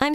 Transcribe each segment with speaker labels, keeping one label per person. Speaker 1: I'm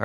Speaker 2: All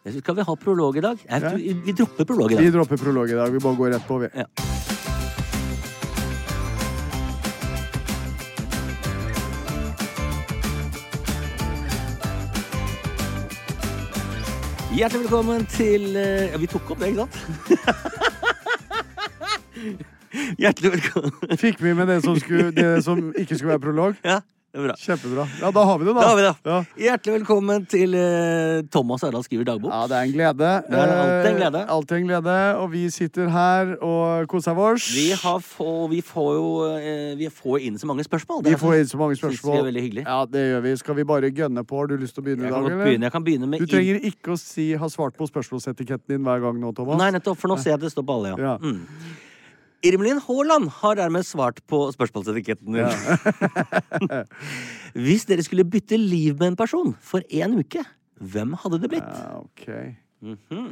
Speaker 3: Jeg synes, Skal vi ha prolog i dag? Nei,
Speaker 4: Ja.
Speaker 3: vi, vi dropper prolog i
Speaker 4: Vi
Speaker 3: dag.
Speaker 4: dropper prolog i dag. Vi bare går rett på. Vi.
Speaker 3: Ja. Hjertelig velkommen til eh, Ja, vi tok opp det, ikke sant? Hjertelig velkommen.
Speaker 4: Fikk vi med det som, skulle, det som ikke skulle være prolog?
Speaker 3: Ja, det er bra.
Speaker 4: Kjempebra. Ja, da har vi det, da.
Speaker 3: Da har vi det.
Speaker 4: Ja.
Speaker 3: Hjertelig velkommen til eh, Thomas Arendal skriver dagbok.
Speaker 4: Ja, det er en glede.
Speaker 3: Det er alltid en
Speaker 4: Eh,
Speaker 3: glede.
Speaker 4: alltid en glede. Og vi sitter her og koser vårs.
Speaker 3: Vi, har få, vi får jo eh, Vi får inn så mange spørsmål.
Speaker 4: Vi
Speaker 3: Det er-
Speaker 4: får inn så mange
Speaker 3: synes vi er
Speaker 4: spørsmål.
Speaker 3: veldig hyggelig.
Speaker 4: Ja, det gjør vi. Skal vi bare gønne på? Har du lyst til å begynne i
Speaker 3: Jeg kan
Speaker 4: dag,
Speaker 3: godt
Speaker 4: eller?
Speaker 3: begynne. Jeg kan begynne med
Speaker 4: Du trenger ikke å si 'har svart på spørsmålsetiketten din' hver gang nå, Thomas.
Speaker 3: Nei, nettopp, for nå ser jeg det står på alle, ja.
Speaker 4: Ja.
Speaker 3: Mm. Irmelin Haaland har dermed svart på spørsmålsetiketten min. Hvis dere skulle bytte liv med en person for én uke, hvem hadde det blitt?
Speaker 4: Ja, ok.
Speaker 3: Mhm.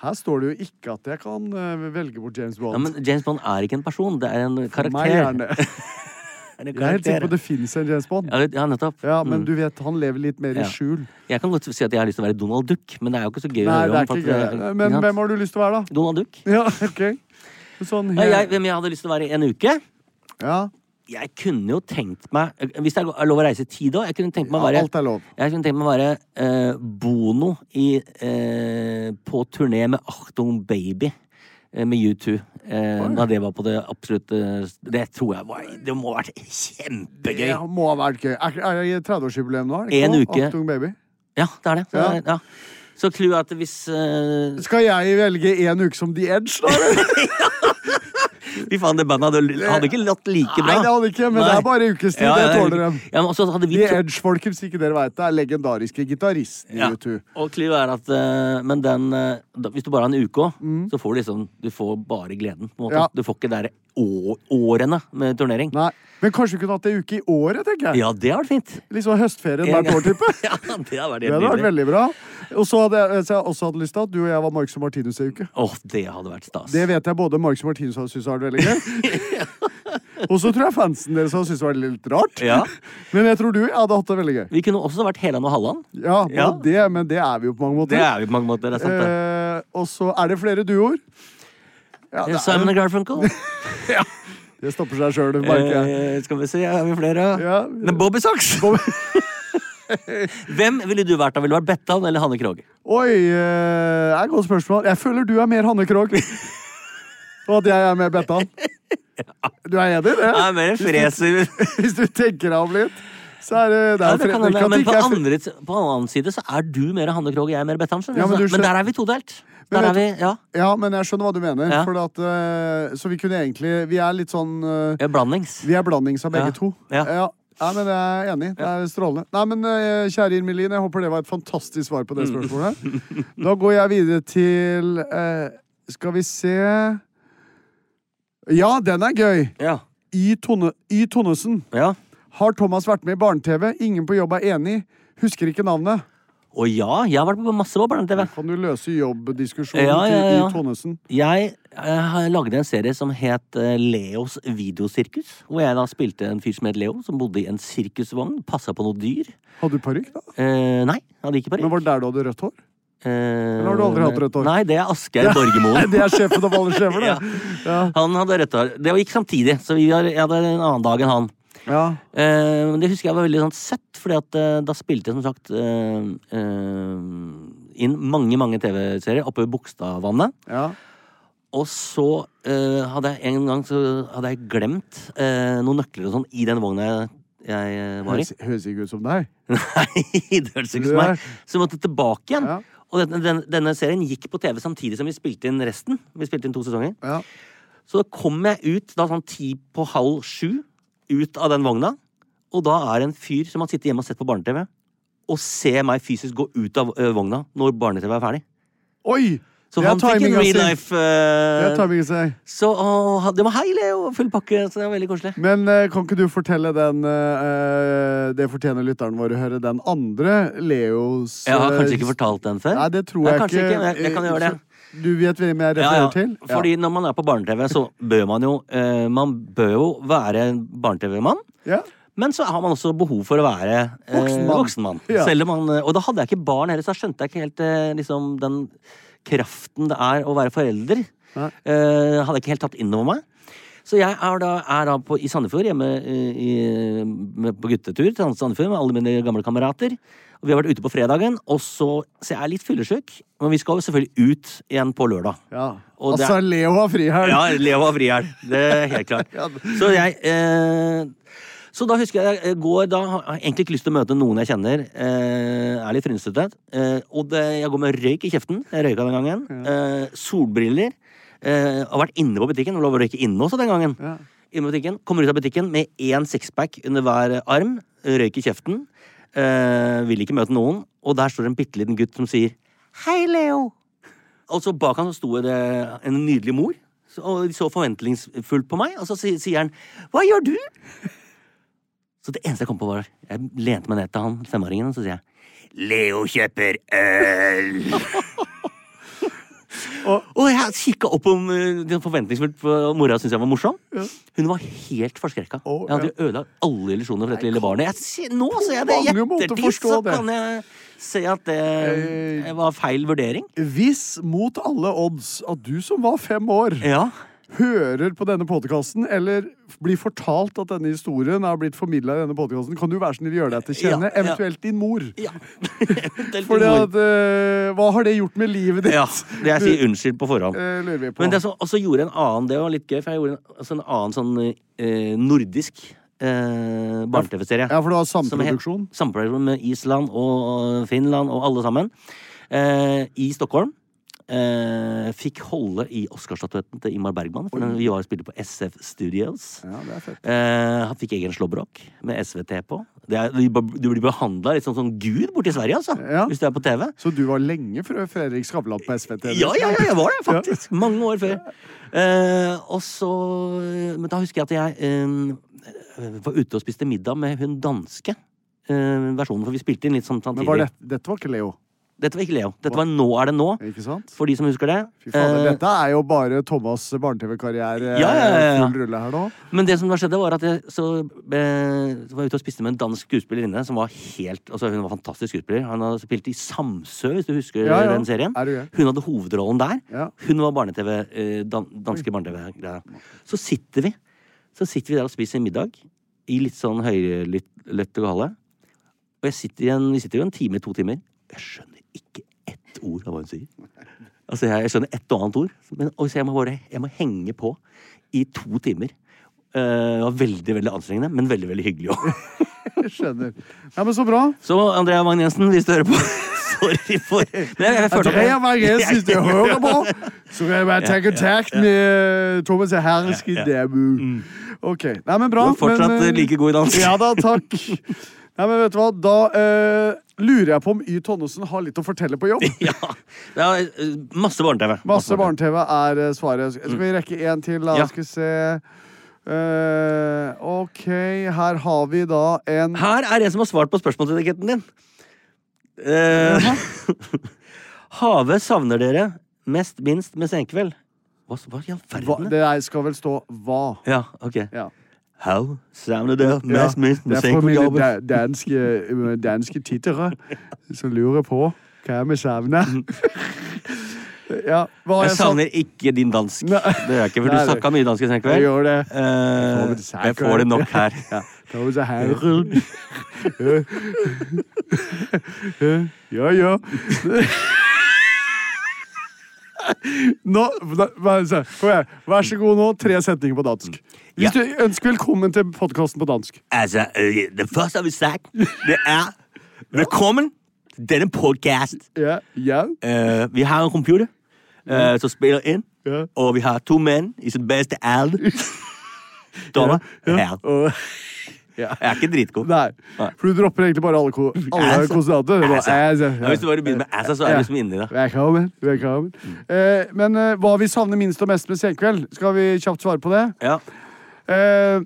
Speaker 4: Her står det jo ikke at jeg kan eh, velge bort James Bond.
Speaker 3: Ja, men James Bond er ikke en person, det er en
Speaker 4: Meg
Speaker 3: karakter.
Speaker 4: gjerne.
Speaker 3: Er det en
Speaker 4: Jeg er helt sikker på at
Speaker 3: karakter?
Speaker 4: det fins en James Bond.
Speaker 3: Ja, det- ja, nettopp.
Speaker 4: Ja,
Speaker 3: Mm.
Speaker 4: men du vet, han lever litt mer
Speaker 3: Ja.
Speaker 4: i skjul.
Speaker 3: Jeg kan godt si at jeg har lyst til å være Donald Duck, men det er jo ikke så gøy
Speaker 4: Nei,
Speaker 3: å
Speaker 4: det
Speaker 3: høre
Speaker 4: er
Speaker 3: om. for
Speaker 4: ikke
Speaker 3: at-
Speaker 4: gøy. Eh,
Speaker 3: Ikke
Speaker 4: Men
Speaker 3: sant?
Speaker 4: hvem har du lyst til å være, da?
Speaker 3: Donald Duck?
Speaker 4: Ja, ok. Sånn
Speaker 3: Nei, jeg,
Speaker 4: helt
Speaker 3: hvem jeg hadde lyst til å være i en uke?
Speaker 4: Ja,
Speaker 3: Jeg kunne jo tenkt meg Hvis det er lov å reise tid òg, jeg kunne tenkt meg å
Speaker 4: ja,
Speaker 3: være
Speaker 4: alt er lov.
Speaker 3: Jeg kunne tenkt meg å være eh, Bono i, eh, på turné med Achtung Baby. eh, Med U2. Eh, da det var på det absolutte Det tror jeg var Det må ha vært kjempegøy!
Speaker 4: Det må ha vært gøy. Er, er det 30-årsjubileum nå? er det ikke
Speaker 3: En
Speaker 4: nå?
Speaker 3: uke.
Speaker 4: Achtung baby.
Speaker 3: Ja, det er det. Så,
Speaker 4: Ja.
Speaker 3: ja. så clouet er at hvis eh,
Speaker 4: Skal jeg velge en uke som The Edge, da? eller?
Speaker 3: Fy faen, det bandet hadde, hadde ikke lått like bra.
Speaker 4: Nei, det hadde ikke, men det
Speaker 3: Nei.
Speaker 4: er bare en ukes tid.
Speaker 3: Ja,
Speaker 4: Jeg
Speaker 3: ja,
Speaker 4: tåler dem.
Speaker 3: Ja, men også hadde vi
Speaker 4: The
Speaker 3: to-
Speaker 4: Edge, folkens, ikke dere veit det, er legendariske gitaristen i
Speaker 3: Ja.
Speaker 4: U2.
Speaker 3: Og clouet er at eh, Men den eh, da, Hvis du bare har en uke òg, så får du liksom Du får bare gleden. På en måte.
Speaker 4: Mm. Ja.
Speaker 3: Du får ikke det derre årene med turnering.
Speaker 4: Nei, Men kanskje vi kunne hatt det en uke i året, tenker jeg.
Speaker 3: Ja, det hadde vært fint.
Speaker 4: Litt sånn høstferien hvert år, type.
Speaker 3: ja, det hadde vært
Speaker 4: Det
Speaker 3: helt
Speaker 4: hadde vært
Speaker 3: nydelig.
Speaker 4: veldig bra. Og så hadde jeg, så jeg også hadde lyst til at du og jeg var Marcus og Martinus ei uke.
Speaker 3: Åh, det hadde vært stas.
Speaker 4: Det vet jeg både Marcus og Martinus hadde syntes var veldig gøy. og så tror jeg fansen deres hadde syntes det var litt rart.
Speaker 3: Ja.
Speaker 4: Men jeg tror du hadde hatt det veldig gøy.
Speaker 3: Vi kunne også vært Helan og Halland.
Speaker 4: Ja, både
Speaker 3: Ja.
Speaker 4: det, men det er vi jo på mange måter.
Speaker 3: Det er vi på mange måter. det er sant det.
Speaker 4: Eh, og så er det flere duoer. Ja, det, er,
Speaker 3: Simon og Garfunkel.
Speaker 4: det stopper seg sjøl, det merker jeg.
Speaker 3: Eh, skal vi se, har vi flere?
Speaker 4: Ja.
Speaker 3: Men Bobby Socks! Hvem ville du vært da? Ville du vært Bettan eller Hanne Krogh?
Speaker 4: Oi, eh, det er et godt spørsmål. Jeg føler du er mer Hanne Krogh. Og at jeg er mer Bettan. Du er enig i det?
Speaker 3: Nei, mer en freser.
Speaker 4: Hvis du tenker deg om litt, så er det, det
Speaker 3: Ja,
Speaker 4: er
Speaker 3: det
Speaker 4: fre-
Speaker 3: kan
Speaker 4: det
Speaker 3: hende,
Speaker 4: kan
Speaker 3: men på
Speaker 4: ikke jeg fre-
Speaker 3: andre, på den annen side så er du mer Hanne Krogh og jeg er mer Bettan. skjønner
Speaker 4: Ja,
Speaker 3: du?
Speaker 4: men du
Speaker 3: men,
Speaker 4: skjøn-
Speaker 3: der er vi todelt.
Speaker 4: Men
Speaker 3: Der er vi,
Speaker 4: vet
Speaker 3: ja.
Speaker 4: Ja, men jeg skjønner hva du mener.
Speaker 3: Ja.
Speaker 4: For at, eh, så vi kunne egentlig Vi er litt sånn eh,
Speaker 3: Vi er Blandings.
Speaker 4: Vi er blandings av begge
Speaker 3: Ja.
Speaker 4: to.
Speaker 3: Ja.
Speaker 4: Nei, men Jeg er enig. Det er strålende. Nei, men eh, Kjære Irmelin, jeg håper det var et fantastisk svar på det
Speaker 3: Mm.
Speaker 4: spørsmålet. Da går jeg videre til eh, Skal vi se Ja, den er gøy!
Speaker 3: Ja.
Speaker 4: Y. Tone, y. Tonnesen.
Speaker 3: Ja.
Speaker 4: Har Thomas vært med i barne-TV? Ingen på jobb er enig. Husker ikke navnet.
Speaker 3: Å ja, jeg har vært på masse på barne-TV.
Speaker 4: Kan du løse jobbdiskusjonen
Speaker 3: Ja, ja,
Speaker 4: til
Speaker 3: ja.
Speaker 4: Y. Tonnesen?
Speaker 3: Jeg eh, har- lagde en serie som het eh, Leos videosirkus. Hvor jeg da spilte en fyr som het Leo, som bodde i en sirkusvogn. Passa på noe dyr.
Speaker 4: Hadde du parykk, da?
Speaker 3: Eh, nei, han gikk ikke på
Speaker 4: Men var det der du hadde rødt hår?
Speaker 3: Eller
Speaker 4: har du aldri hatt rødt hår?
Speaker 3: Nei, det er Asgeir Borgermoen.
Speaker 4: Det er sjefen av alle sjefer, det.
Speaker 3: Ja. Han hadde rødt hår. Det gikk samtidig, så vi har, jeg hadde en annen dag enn han.
Speaker 4: Ja.
Speaker 3: Eh, men det husker jeg var veldig sånn søtt, Fordi at eh, da spilte jeg som sagt eh, eh, inn mange, mange TV-serier oppe ved Bogstadvannet.
Speaker 4: ja.
Speaker 3: Og så eh, hadde jeg en gang så hadde jeg glemt eh, noen nøkler og sånn i den vogna jeg, jeg eh, var i.
Speaker 4: Høres, høres ikke ut som deg.
Speaker 3: Nei, det hørtes ikke ut som meg. Så jeg måtte tilbake igjen.
Speaker 4: Ja.
Speaker 3: Og den, den, denne serien gikk på TV samtidig som vi spilte inn resten. Vi spilte inn to sesonger.
Speaker 4: Ja.
Speaker 3: Så da kom jeg ut da sånn ti på halv sju ut av den vogna, og da er det en fyr som har sittet hjemme og sett på barne-TV, og ser meg fysisk gå ut av ø, vogna når barne-TV er ferdig.
Speaker 4: Oi!
Speaker 3: Så
Speaker 4: Det er
Speaker 3: han fikk en
Speaker 4: timinga si.
Speaker 3: real life
Speaker 4: Det er
Speaker 3: ø,
Speaker 4: timingen sin.
Speaker 3: Så å, han- det var hei, Leo! og Full pakke. Så det var veldig koselig.
Speaker 4: Men eh, kan ikke du fortelle den eh, eh, Det fortjener lytteren vår å høre, den andre Leos
Speaker 3: Jeg har
Speaker 4: eh,
Speaker 3: kanskje ikke fortalt den før.
Speaker 4: Nei, det tror
Speaker 3: Nei,
Speaker 4: jeg
Speaker 3: kanskje
Speaker 4: ikke. Eh,
Speaker 3: ikke, men jeg- jeg kan gjøre det.
Speaker 4: Så Du vet hvem jeg refererer til? Ja.
Speaker 3: Fordi når man er på barne-TV, så bør man jo eh, Man bør jo være en barne-TV-mann.
Speaker 4: ja.
Speaker 3: Men så har man også behov for å være eh,
Speaker 4: Voksen mann.
Speaker 3: voksen mann.
Speaker 4: Ja.
Speaker 3: Selv om man, eh, og da hadde jeg ikke barn heller, så da skjønte jeg ikke helt eh, liksom, den kraften det er å være forelder.
Speaker 4: Nei.
Speaker 3: Eh, hadde jeg ikke helt tatt innover meg. Så jeg er da, er da på, i Sandefjord, hjemme eh, i, med, på guttetur til Sandefjord med alle mine gamle kamerater. Og vi har vært ute på fredagen, og så, så jeg er litt fyllesyk. Men vi skal jo selvfølgelig ut igjen på lørdag.
Speaker 4: ja.
Speaker 3: Og det er-
Speaker 4: Altså, Leo har frihelg.
Speaker 3: Ja, lev av frihelg. Det er helt klart. Så jeg eh, Så da husker jeg jeg går da Har jeg egentlig ikke lyst til å møte noen jeg kjenner. Eh, er litt frynsete. Eh, og det, jeg går med røyk i kjeften. Jeg røyka den gangen. Eh, solbriller. Eh, har vært inne på butikken. Det var Lov å røyke inne også den gangen. Inne på butikken, Kommer ut av butikken med én sixpack under hver arm. Røyk i kjeften. Eh, vil ikke møte noen. Og der står det en bitte liten gutt som sier Hei, Leo. Og så bak han så sto det en nydelig mor. Så- Og de så forventningsfullt på meg, og så si- sier han 'Hva gjør du?' Så det eneste jeg kom på, var Jeg lente meg ned til han femåringen, og så sier jeg 'Leo kjøper øl'. og, og jeg kikka opp om eh, det var forventningsfullt, for mora syntes jeg var morsom. Hun var helt forskrekka.
Speaker 4: Å,
Speaker 3: jeg hadde ødelagt alle illusjoner for dette lille barnet. Jeg, ser- nå ser jeg det i
Speaker 4: mange måter
Speaker 3: ettertid, så
Speaker 4: forstå det.
Speaker 3: kan jeg se at det eh, var feil vurdering.
Speaker 4: Hvis mot alle odds at du som var fem år,
Speaker 3: Ja
Speaker 4: hører på denne podkasten, eller blir fortalt at denne historien er blitt formidla i denne podkasten, kan du være så snill gjøre deg til kjenne,
Speaker 3: Ja, ja.
Speaker 4: eventuelt din mor.
Speaker 3: Ja. Eventuelt
Speaker 4: Fordi
Speaker 3: humor.
Speaker 4: at, eh, hva har det gjort med livet ditt?
Speaker 3: ja. det Jeg sier unnskyld på forhånd.
Speaker 4: Eh, lurer vi på.
Speaker 3: Men det som også gjorde en annen Det var litt gøy, for jeg gjorde en, altså en annen sånn eh, nordisk eh, barne-TV-serie.
Speaker 4: Ja, for det var
Speaker 3: Som het-
Speaker 4: samproduksjon.
Speaker 3: Samproduksjon med Island og Finland og alle sammen. Eh, I Stockholm. Eh, fikk holde i Oscarstatuetten til Ingmar Bergman. For den- vi var og spilte på SF Studios.
Speaker 4: Ja, det er fett.
Speaker 3: Eh, han fikk egen slåbrok med SVT på. Det er, du blir behandla litt som sånn gud borti Sverige, altså.
Speaker 4: Ja.
Speaker 3: Hvis du er på TV.
Speaker 4: Så du var lenge før Fredrik Skavlan på SVT?
Speaker 3: Ja, ja, ja, jeg var det, faktisk. Mange år før. Eh, og så Men da husker jeg at jeg eh, var ute og spiste middag med hun danske eh, versjonen, for vi spilte inn litt sånn
Speaker 4: Men var
Speaker 3: samtidig.
Speaker 4: det, dette var ikke Leo,
Speaker 3: Dette var ikke Leo. Dette var Nå er det nå,
Speaker 4: ikke sant?
Speaker 3: for de som husker det.
Speaker 4: Fy fader,
Speaker 3: Eh,
Speaker 4: dette er jo bare Thomas' barne-TV-karriere.
Speaker 3: Ja, ja, ja, ja.
Speaker 4: Full rulle her nå.
Speaker 3: Men det som da skjedde, var at jeg så, eh, så var jeg ute og spiste med en dansk skuespillerinne som var helt altså Hun var fantastisk skuespiller. Hun hadde spilt i Samsø, hvis du husker
Speaker 4: Ja, ja.
Speaker 3: den serien.
Speaker 4: Er du gæren?
Speaker 3: Hun hadde hovedrollen der.
Speaker 4: Ja.
Speaker 3: Hun var barne-TV, eh, dan danske barne-TV-greia. Så sitter vi Så sitter vi der og spiser middag i litt sånn høylytt gale. Og jeg sitter i en, vi sitter jo en time, to timer. Jeg skjønner ikke ett ord av hva hun sier. Altså, jeg, jeg skjønner ett og annet ord, men og så jeg må bare jeg må henge på i to timer. Eh, det var veldig veldig anstrengende, men veldig veldig hyggelig òg.
Speaker 4: Jeg skjønner. Ja, men så bra.
Speaker 3: Så Andrea Magn-Jensen, hvis du hører på Sorry for men jeg, jeg følte
Speaker 4: Andrea Margrethe synes jeg hører på. Så kan jeg bare ta kontakt med eh, Thomas og Herrenski Dæbu. Ok. Nei, men bra.
Speaker 3: Mm. Du er fortsatt,
Speaker 4: men, eh,
Speaker 3: eh, like god i dans.
Speaker 4: Ja da, takk. Nei, men vet du hva? Da eh, lurer jeg på om Y. Tonnesen har litt å fortelle på jobb.
Speaker 3: Ja, det er eh, masse barne-TV.
Speaker 4: Masse barne-TV er eh, svaret. Skal vi rekke én til? da?
Speaker 3: Mm. Ja.
Speaker 4: Skal vi se Eh, OK, her har vi da en
Speaker 3: Her er en som har svart på spørsmålsetiketten din. Eh, Havet savner dere mest minst med senkveld. Hva, hva i all
Speaker 4: hva,
Speaker 3: verden?
Speaker 4: Det her skal vel stå hva.
Speaker 3: Ja, ok.
Speaker 4: Ja.
Speaker 3: How savner dere mest
Speaker 4: Ja,
Speaker 3: minst
Speaker 4: det
Speaker 3: med
Speaker 4: er fra mine
Speaker 3: senkveld?
Speaker 4: da- danske, øh, danske tittere som lurer på hva jeg vil savne. ja, hva
Speaker 3: Mm. Jeg savner ikke din dansk.
Speaker 4: Nei.
Speaker 3: Det gjør jeg ikke, for
Speaker 4: Nei,
Speaker 3: du
Speaker 4: du-
Speaker 3: snakka mye dansk i
Speaker 4: Jeg
Speaker 3: senkveld.
Speaker 4: gjør det.
Speaker 3: Eh,
Speaker 4: Jeg får det til
Speaker 3: jeg får det nok her.
Speaker 4: Ja. Those are Harold. ja, ja. Nå, da- hva- så- kom igjen. Vær så god nå, tre setninger på dansk. Hvis
Speaker 3: Mm. Ja.
Speaker 4: du ønsker velkommen til podkasten på dansk.
Speaker 3: Altså, øh, det første jeg vil sagt, det er Velkommen til denne podcast.
Speaker 4: Ja, ja.
Speaker 3: Øh, vi har en computer øh, som spiller ind,
Speaker 4: Ja.
Speaker 3: og vi har to mænd i sin bedste alder. Dommer, ja. her.
Speaker 4: Og, ja.
Speaker 3: Jeg er ikke dritgod.
Speaker 4: Nei.
Speaker 3: Nei.
Speaker 4: For du dropper egentlig bare alle, ko alle
Speaker 3: Altså.
Speaker 4: konsonanter. Det er bare,
Speaker 3: Altså.
Speaker 4: altså,
Speaker 3: Ja, hvis du bare begynner med altså, så er du liksom inni det.
Speaker 4: Velkommen. velkommen. Eh, men eh, hva vi savner minst og mest med Senkveld, skal vi kjapt svare på det?
Speaker 3: Ja.
Speaker 4: Eh,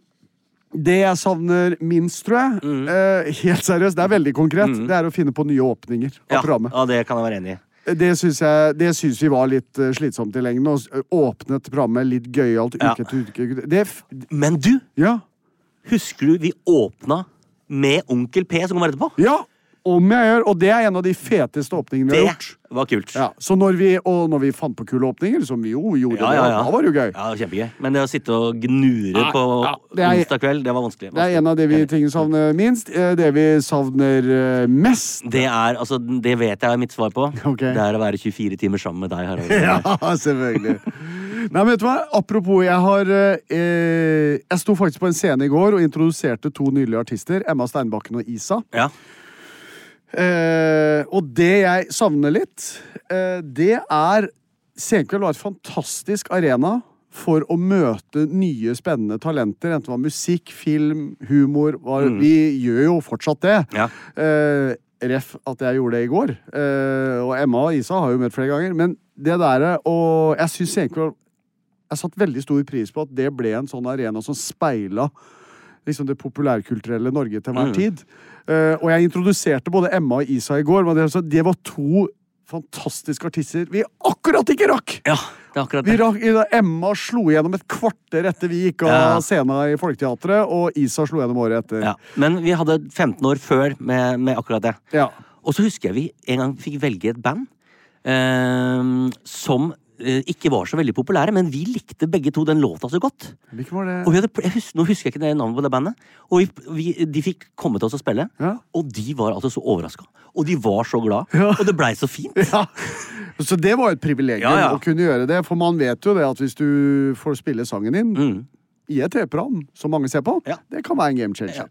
Speaker 4: det jeg savner minst, tror jeg,
Speaker 3: Mm.
Speaker 4: eh, helt seriøst, det er veldig konkret, det er å finne på nye åpninger av
Speaker 3: Ja.
Speaker 4: programmet.
Speaker 3: ja, det kan jeg være enig i.
Speaker 4: Det syns, jeg, det syns vi var litt eh, slitsomt i lengden. Å s- åpnet programmet litt gøyalt uke
Speaker 3: Ja.
Speaker 4: etter uke. Det f
Speaker 3: Men du,
Speaker 4: ja.
Speaker 3: husker du vi åpna med Onkel P som kommer etterpå?
Speaker 4: ja! Om jeg gjør. Og det er en av de feteste åpningene vi
Speaker 3: Det
Speaker 4: har gjort.
Speaker 3: var kult.
Speaker 4: Ja, så når vi, og når vi fant på kule åpninger, som vi jo gjorde,
Speaker 3: Ja, ja, ja.
Speaker 4: da var det jo gøy.
Speaker 3: Ja, kjempegøy. Men det å sitte og gnure
Speaker 4: Ja,
Speaker 3: på
Speaker 4: ja, det er-
Speaker 3: onsdag kveld, det var vanskelig.
Speaker 4: Det er en av de vi tingene savner minst. eh, Det vi savner eh, mest.
Speaker 3: Det er, altså, det vet jeg er mitt svar på.
Speaker 4: Ok.
Speaker 3: Det er å være 24 timer sammen med deg, Harald.
Speaker 4: selvfølgelig. Nei, men vet du hva? Apropos, jeg har eh, eh, Jeg sto faktisk på en scene i går og introduserte to nydelige artister. Emma Steinbakken og Isa.
Speaker 3: Ja.
Speaker 4: Eh, og det jeg savner litt, eh, det er Senkveld var et fantastisk arena for å møte nye, spennende talenter. Enten det var musikk, film, humor. Var, Vi gjør jo fortsatt det.
Speaker 3: Ja.
Speaker 4: Eh, ref at jeg gjorde det i går. Eh, og Emma og Isa har jo møtt flere ganger. Men det derre Og jeg syns Senkveld Jeg satte veldig stor pris på at det ble en sånn arena som speila liksom det populærkulturelle Norge til
Speaker 3: Mm.
Speaker 4: hver tid. Eh, og jeg introduserte både Emma og Isa i går. Men det, altså, det var to fantastiske artister vi akkurat ikke rakk!
Speaker 3: ja, det er akkurat
Speaker 4: Vi
Speaker 3: det.
Speaker 4: rakk i- Emma slo gjennom et kvarter etter vi gikk av
Speaker 3: Ja.
Speaker 4: scenen i Folketeatret, og Isa slo gjennom året etter.
Speaker 3: Ja. Men vi hadde 15 år før med, med akkurat det.
Speaker 4: Ja.
Speaker 3: Og så husker jeg vi en gang fikk velge et band eh, som eh, ikke var så veldig populære, men vi likte begge to den låta så godt.
Speaker 4: Hvilken var det?
Speaker 3: Og vi hadde, jeg husker, nå husker jeg ikke det navnet på det bandet. Og vi, vi, De fikk komme til oss og spille,
Speaker 4: Ja.
Speaker 3: og de var altså så overraska. Og de var så glad.
Speaker 4: Ja.
Speaker 3: Og det blei så fint.
Speaker 4: Ja. Så det var jo et privilegium
Speaker 3: Ja, ja.
Speaker 4: å kunne gjøre det, for man vet jo det at hvis du får spille sangen din i et TV-program som mange ser på,
Speaker 3: Mm. Ja.
Speaker 4: det kan være en game changer.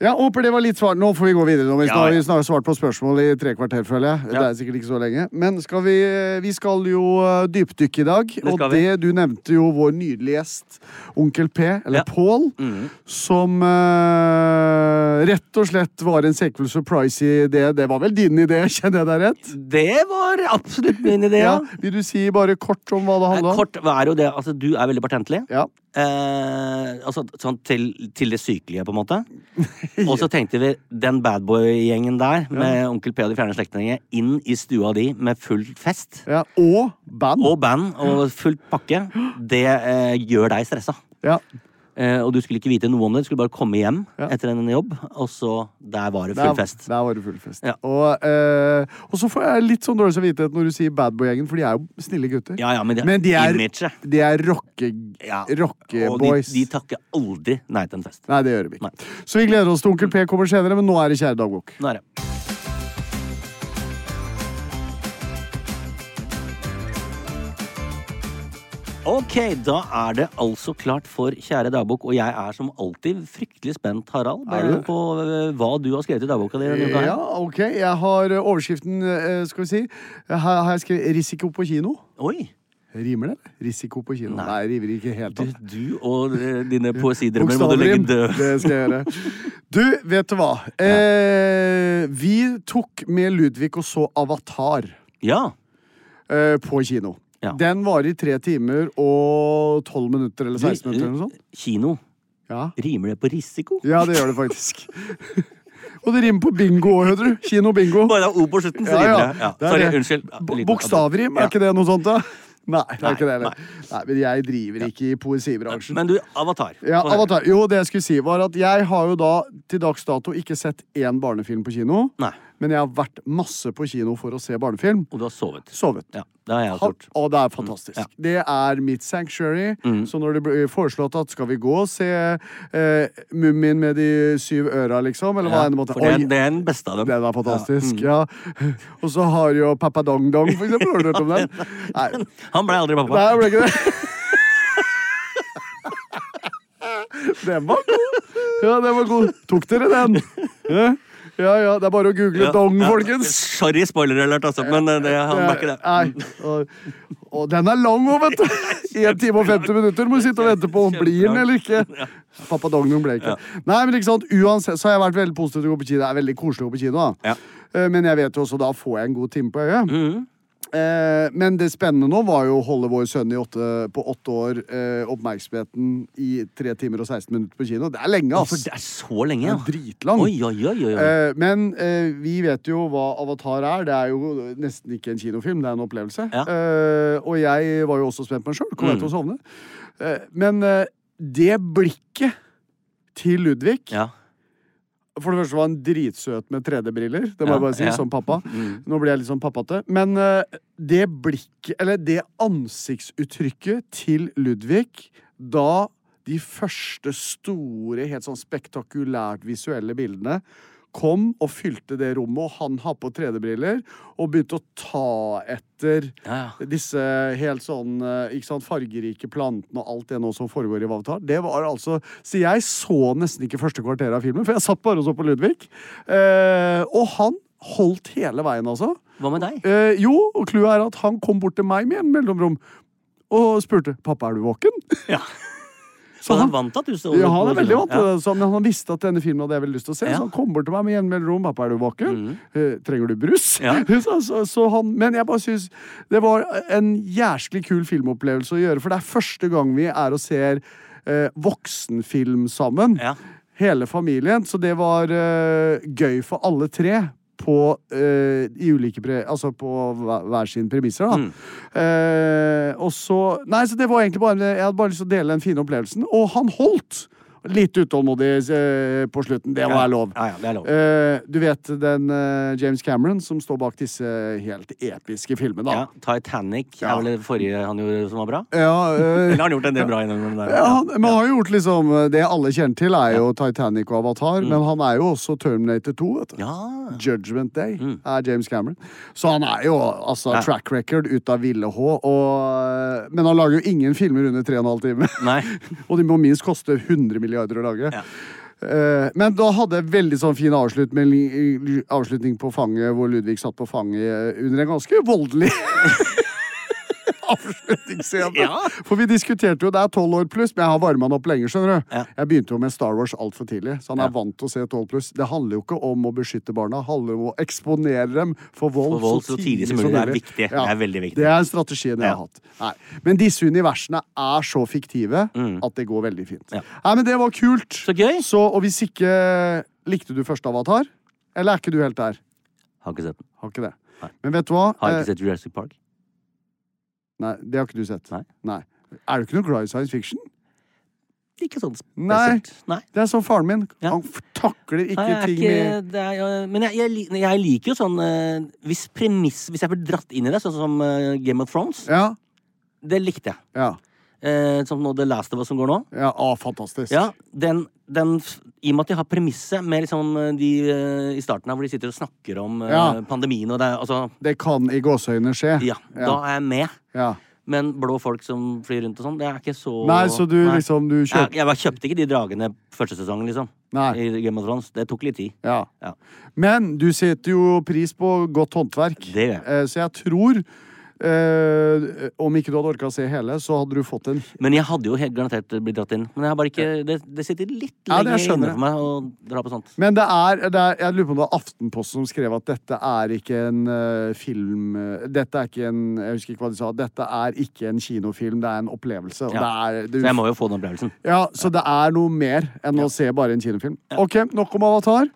Speaker 4: Jeg håper det var litt svar. Nå får vi gå videre. Nå, hvis
Speaker 3: Ja,
Speaker 4: nå har
Speaker 3: ja.
Speaker 4: vi snart svart på spørsmål i tre kvarter, føler jeg. Det er sikkert ikke så lenge. Men skal vi, vi skal jo eh, dypdykke i dag, og
Speaker 3: skal vi.
Speaker 4: det du nevnte jo vår nydelige gjest, onkel P, eller
Speaker 3: Ja. Mm.
Speaker 4: Pål, som eh, rett og slett var en Sequel Surprise-idé. Det var vel din idé, kjenner jeg deg rett?
Speaker 3: Det var absolutt min idé. Ja.
Speaker 4: Ja, vil du si bare kort om hva det handler om?
Speaker 3: Kort er jo det, altså Du er veldig patentlig.
Speaker 4: Ja.
Speaker 3: Eh, altså sånn til, til det sykelige, på en måte. Og så tenkte vi den badboy-gjengen der, med onkel P og de fjerne slektningene, inn i stua di med full fest.
Speaker 4: Ja, og band.
Speaker 3: Og band og fullt pakke. Det eh, gjør deg stressa.
Speaker 4: Ja.
Speaker 3: Eh, og du skulle ikke vite noe om det. Du skulle bare komme hjem
Speaker 4: Ja.
Speaker 3: etter en jobb, og så Der var det
Speaker 4: Der,
Speaker 3: full fest.
Speaker 4: der var det full fest.
Speaker 3: Ja.
Speaker 4: Og, eh, og så får jeg litt sånn dårlig samvittighet når du sier Badboy-gjengen, for de er jo snille gutter.
Speaker 3: Ja, ja, men det
Speaker 4: Men de er,
Speaker 3: imaget.
Speaker 4: de er rocke,
Speaker 3: Ja. Og de,
Speaker 4: rockeboys.
Speaker 3: de takker aldri nei til en fest.
Speaker 4: Nei, det gjør vi ikke.
Speaker 3: Nei.
Speaker 4: Så vi gleder oss til Onkel P kommer senere, men nå er det Kjære dagbok.
Speaker 3: Nå er det. Ok, da er det altså klart for Kjære dagbok, og jeg er som alltid fryktelig spent, Harald,
Speaker 4: Er du det?
Speaker 3: på eh, hva du har skrevet i dagboka di. denne uka her.
Speaker 4: Ja, ok. Jeg har eh, overskriften, eh, skal vi si. Her har jeg skrevet 'Risiko på kino'.
Speaker 3: Oi!
Speaker 4: Rimer det? Risiko på kino. Nei, Nei rimer ikke helt.
Speaker 3: Du,
Speaker 4: tatt.
Speaker 3: du og eh, dine poesidrømmer må du legge død.
Speaker 4: Det skal jeg gjøre. Du, vet du hva? Eh, vi tok med Ludvig og så Avatar
Speaker 3: Ja.
Speaker 4: eh, på kino.
Speaker 3: Ja.
Speaker 4: Den varer i tre timer og tolv minutter eller 16 minutter eller noe sånt.
Speaker 3: Eh, Kino.
Speaker 4: Ja.
Speaker 3: Rimer det på risiko?
Speaker 4: sånn. ja, det gjør det faktisk. og det rimer på bingo òg, hører du. Kino-bingo.
Speaker 3: Bare O på slutten, så
Speaker 4: Ja, ja.
Speaker 3: rimer det. Ja.
Speaker 4: Det er
Speaker 3: Sorry,
Speaker 4: det.
Speaker 3: unnskyld.
Speaker 4: B- Bokstavrim, er ikke det noe sånt, da? Nei, det er ikke det heller. Nei, men jeg driver ikke i poesibransjen.
Speaker 3: Men du, Avatar.
Speaker 4: Ja,
Speaker 3: Få høre.
Speaker 4: Avatar. Jo, det jeg skulle si, var at jeg har jo da til dags dato ikke sett én barnefilm på kino.
Speaker 3: Nei.
Speaker 4: Men jeg har vært masse på kino for å se barnefilm.
Speaker 3: Og du har sovet.
Speaker 4: Sovet.
Speaker 3: Ja, det har jeg også gjort. Mm,
Speaker 4: Ha- Og det er fantastisk. Det er mitt sanctuary. Så når det blir foreslått at skal vi gå og se eh, Mummien med de syv øra, liksom, eller hva enn det måtte
Speaker 3: For det, er-
Speaker 4: Oi,
Speaker 3: det er den beste av dem. mm.
Speaker 4: den er fantastisk. Ja. Og så har jo Papa Dong Dong, for eksempel. Har du hørt om den? Nei,
Speaker 3: Han ble aldri pappa.
Speaker 4: Nei jeg ble ikke det. Den var god. Ja, den var god. Tok dere den? Ja, ja. ja, Det er bare å google
Speaker 3: Ja,
Speaker 4: Dong,
Speaker 3: ja.
Speaker 4: folkens.
Speaker 3: Sorry, spoiler-alert, altså, men eh, det, han ble ikke det.
Speaker 4: Nei. Og, og den er lang òg, vet du. 1 time og 50 minutter må du sitte og vente på. Blir den eller ikke? Pappa Dognum ble ikke. Nei, men ikke sant, uansett så har jeg vært veldig positiv til å gå på kino. Det er veldig koselig å gå på kino, da.
Speaker 3: Ja. Mm.
Speaker 4: Eh, Men jeg vet jo også da får jeg en god time på øyet. Eh, men det spennende nå var jo å holde vår sønn i åtte, på åtte år eh, oppmerksomheten i 3 timer og 16 minutter på kino. Det er lenge,
Speaker 3: For
Speaker 4: ass.
Speaker 3: det er så lenge, ja.
Speaker 4: Det er dritlang.
Speaker 3: Oi, oi, oi, oi. oi.
Speaker 4: Eh, men eh, vi vet jo hva Avatar er. Det er jo nesten ikke en kinofilm, det er en opplevelse.
Speaker 3: Ja. Mm.
Speaker 4: Eh, og jeg var jo også spent på den sjøl. Kom jeg til å sovne? Eh, men eh, det blikket til Ludvig
Speaker 3: Ja.
Speaker 4: For det første var han dritsøt med 3D-briller. Det må
Speaker 3: Ja,
Speaker 4: jeg bare si,
Speaker 3: ja. Mm.
Speaker 4: som pappa. Nå blir jeg litt sånn pappate. Men eh, det blikket, eller det ansiktsuttrykket til Ludvig da de første store, helt sånn spektakulært visuelle bildene kom og fylte det rommet, og han har på 3D-briller og begynte å ta etter
Speaker 3: Ja,
Speaker 4: disse helt sånn eh, ikke sant, fargerike plantene og alt det nå som foregår i Avatar. Det var altså Så jeg så nesten ikke første kvarter av filmen, for jeg satt bare og så på Ludvig. Eh, og han holdt hele veien, altså.
Speaker 3: Hva med deg?
Speaker 4: Eh, jo, og clouet er at han kom bort til meg med en mellomrom og spurte 'Pappa, er du våken?'
Speaker 3: Ja.
Speaker 4: Så
Speaker 3: Så han
Speaker 4: han-
Speaker 3: er vant til at du står
Speaker 4: Ja, han er veldig vant til
Speaker 3: Ja.
Speaker 4: det, så- men han visste at denne filmen hadde jeg veldig lyst til å se.
Speaker 3: Ja. Mm.
Speaker 4: Så han kom bort til meg med gjenmeldrom. 'Pappa, er du våken? Eh, trenger du brus?'
Speaker 3: Ja.
Speaker 4: så, så, så han, men jeg bare syns det var en jæsklig kul filmopplevelse å gjøre, for det er første gang vi er og ser eh, voksenfilm sammen.
Speaker 3: Ja.
Speaker 4: Hele familien. Så det var eh, gøy for alle tre. På, eh, i ulike pre altså på hver hver sin premisser,
Speaker 3: Mm.
Speaker 4: da. Eh, og så Nei, så det var egentlig bare Jeg hadde bare lyst til å dele den fine opplevelsen. Og han holdt! Litt utålmodig eh, på slutten. Det må være lov.
Speaker 3: Ja, ja, det er lov.
Speaker 4: Eh, du vet den eh, James Cameron som står bak disse helt episke filmene, da.
Speaker 3: Ja, Titanic
Speaker 4: Ja.
Speaker 3: er vel det forrige han gjorde som var bra?
Speaker 4: Ja, eh,
Speaker 3: Eller har han gjort en del bra innimellom der?
Speaker 4: ja, han, men han har jo gjort liksom Det alle kjenner til, er jo Titanic og Avatar, men han er jo også Terminator 2. Vet du.
Speaker 3: Mm. Ja. Mm.
Speaker 4: Judgment Day er James Cameron. Så han er jo altså track record ut av ville H. Og, eh, men han lager jo ingen filmer under 3,5 timer.
Speaker 3: Nei.
Speaker 4: og de må minst koste 100 milliarder å lage.
Speaker 3: Ja.
Speaker 4: Eh, Men da hadde jeg veldig sånn fin avslutning, avslutning på fanget, hvor Ludvig satt på fanget eh, under en ganske voldelig avslutningsscene.
Speaker 3: Ja.
Speaker 4: For vi diskuterte jo, det er tolv år pluss, men jeg har varma han opp lenge, skjønner du.
Speaker 3: Ja.
Speaker 4: Jeg begynte jo med Star Wars altfor tidlig, så han er vant til å se tolv pluss. Det handler jo ikke om å beskytte barna, det handler om å eksponere dem for vold,
Speaker 3: For vold så tidlig som mulig. Det er viktig. Det er veldig viktig.
Speaker 4: Det er strategien jeg har hatt. Nei. Men disse universene er så fiktive at det går veldig fint.
Speaker 3: Mm. Ja.
Speaker 4: Nei, men det var kult.
Speaker 3: Så gøy.
Speaker 4: Så, og hvis ikke Likte du første Avatar? Eller er ikke du helt der?
Speaker 3: Har ikke sett den.
Speaker 4: Har ikke det.
Speaker 3: Nei.
Speaker 4: Men vet du hva?
Speaker 3: Har
Speaker 4: Eh,
Speaker 3: ikke sett Jurassic Park.
Speaker 4: Nei, det har ikke du sett.
Speaker 3: Nei.
Speaker 4: Er du ikke noe glad i science fiction?
Speaker 3: Ikke sånn
Speaker 4: Nei.
Speaker 3: spesielt. Nei.
Speaker 4: Det er som faren min.
Speaker 3: Ja.
Speaker 4: Han f- takler ikke
Speaker 3: Nei, jeg er
Speaker 4: ting
Speaker 3: ikke,
Speaker 4: med
Speaker 3: det er, jo- men jeg, jeg, lik- jeg liker jo sånn eh, Hvis premiss Hvis jeg blir dratt inn i det, sånn som eh, Game of Thrones,
Speaker 4: Ja.
Speaker 3: det likte jeg.
Speaker 4: Ja.
Speaker 3: Eh, sånn som nå The Last of Us som går nå.
Speaker 4: ja. Å, fantastisk.
Speaker 3: Ja, den, den, f- I og med at de har premisset med liksom eh, de eh, i starten her, hvor de sitter og snakker om eh,
Speaker 4: Ja.
Speaker 3: pandemien og det er- altså,
Speaker 4: Det kan i gåseøyne skje.
Speaker 3: ja, da er jeg med.
Speaker 4: Ja.
Speaker 3: Men blå folk som flyr rundt og sånn, det er ikke så
Speaker 4: Nei, så du
Speaker 3: Nei.
Speaker 4: liksom Du
Speaker 3: Jeg,
Speaker 4: kjøper
Speaker 3: jeg bare kjøpte ikke de dragene første sesongen, liksom.
Speaker 4: Nei.
Speaker 3: I Game of Thrones. Det tok litt tid.
Speaker 4: Ja.
Speaker 3: Ja.
Speaker 4: Men du setter jo pris på godt håndverk.
Speaker 3: Det gjør jeg.
Speaker 4: Eh, Så jeg tror Eh, om ikke du hadde orka å se hele, så hadde du fått en
Speaker 3: Men jeg hadde jo helt garantert blitt dratt inn. Men jeg har bare ikke, det, det sitter litt
Speaker 4: Ja, det
Speaker 3: lenger
Speaker 4: skjønner
Speaker 3: inne
Speaker 4: jeg.
Speaker 3: for meg å dra på sånt.
Speaker 4: Men det er, det er Jeg lurer på om det var Aftenposten som skrev at dette er ikke en eh, film eh, Dette er ikke en Jeg husker ikke hva de sa. Dette er ikke en kinofilm, det er en opplevelse. Og
Speaker 3: Ja.
Speaker 4: det er,
Speaker 3: Så
Speaker 4: det,
Speaker 3: jeg må jo få den opplevelsen.
Speaker 4: ja, så det er noe mer enn å se bare en kinofilm. OK, nok om Avatar.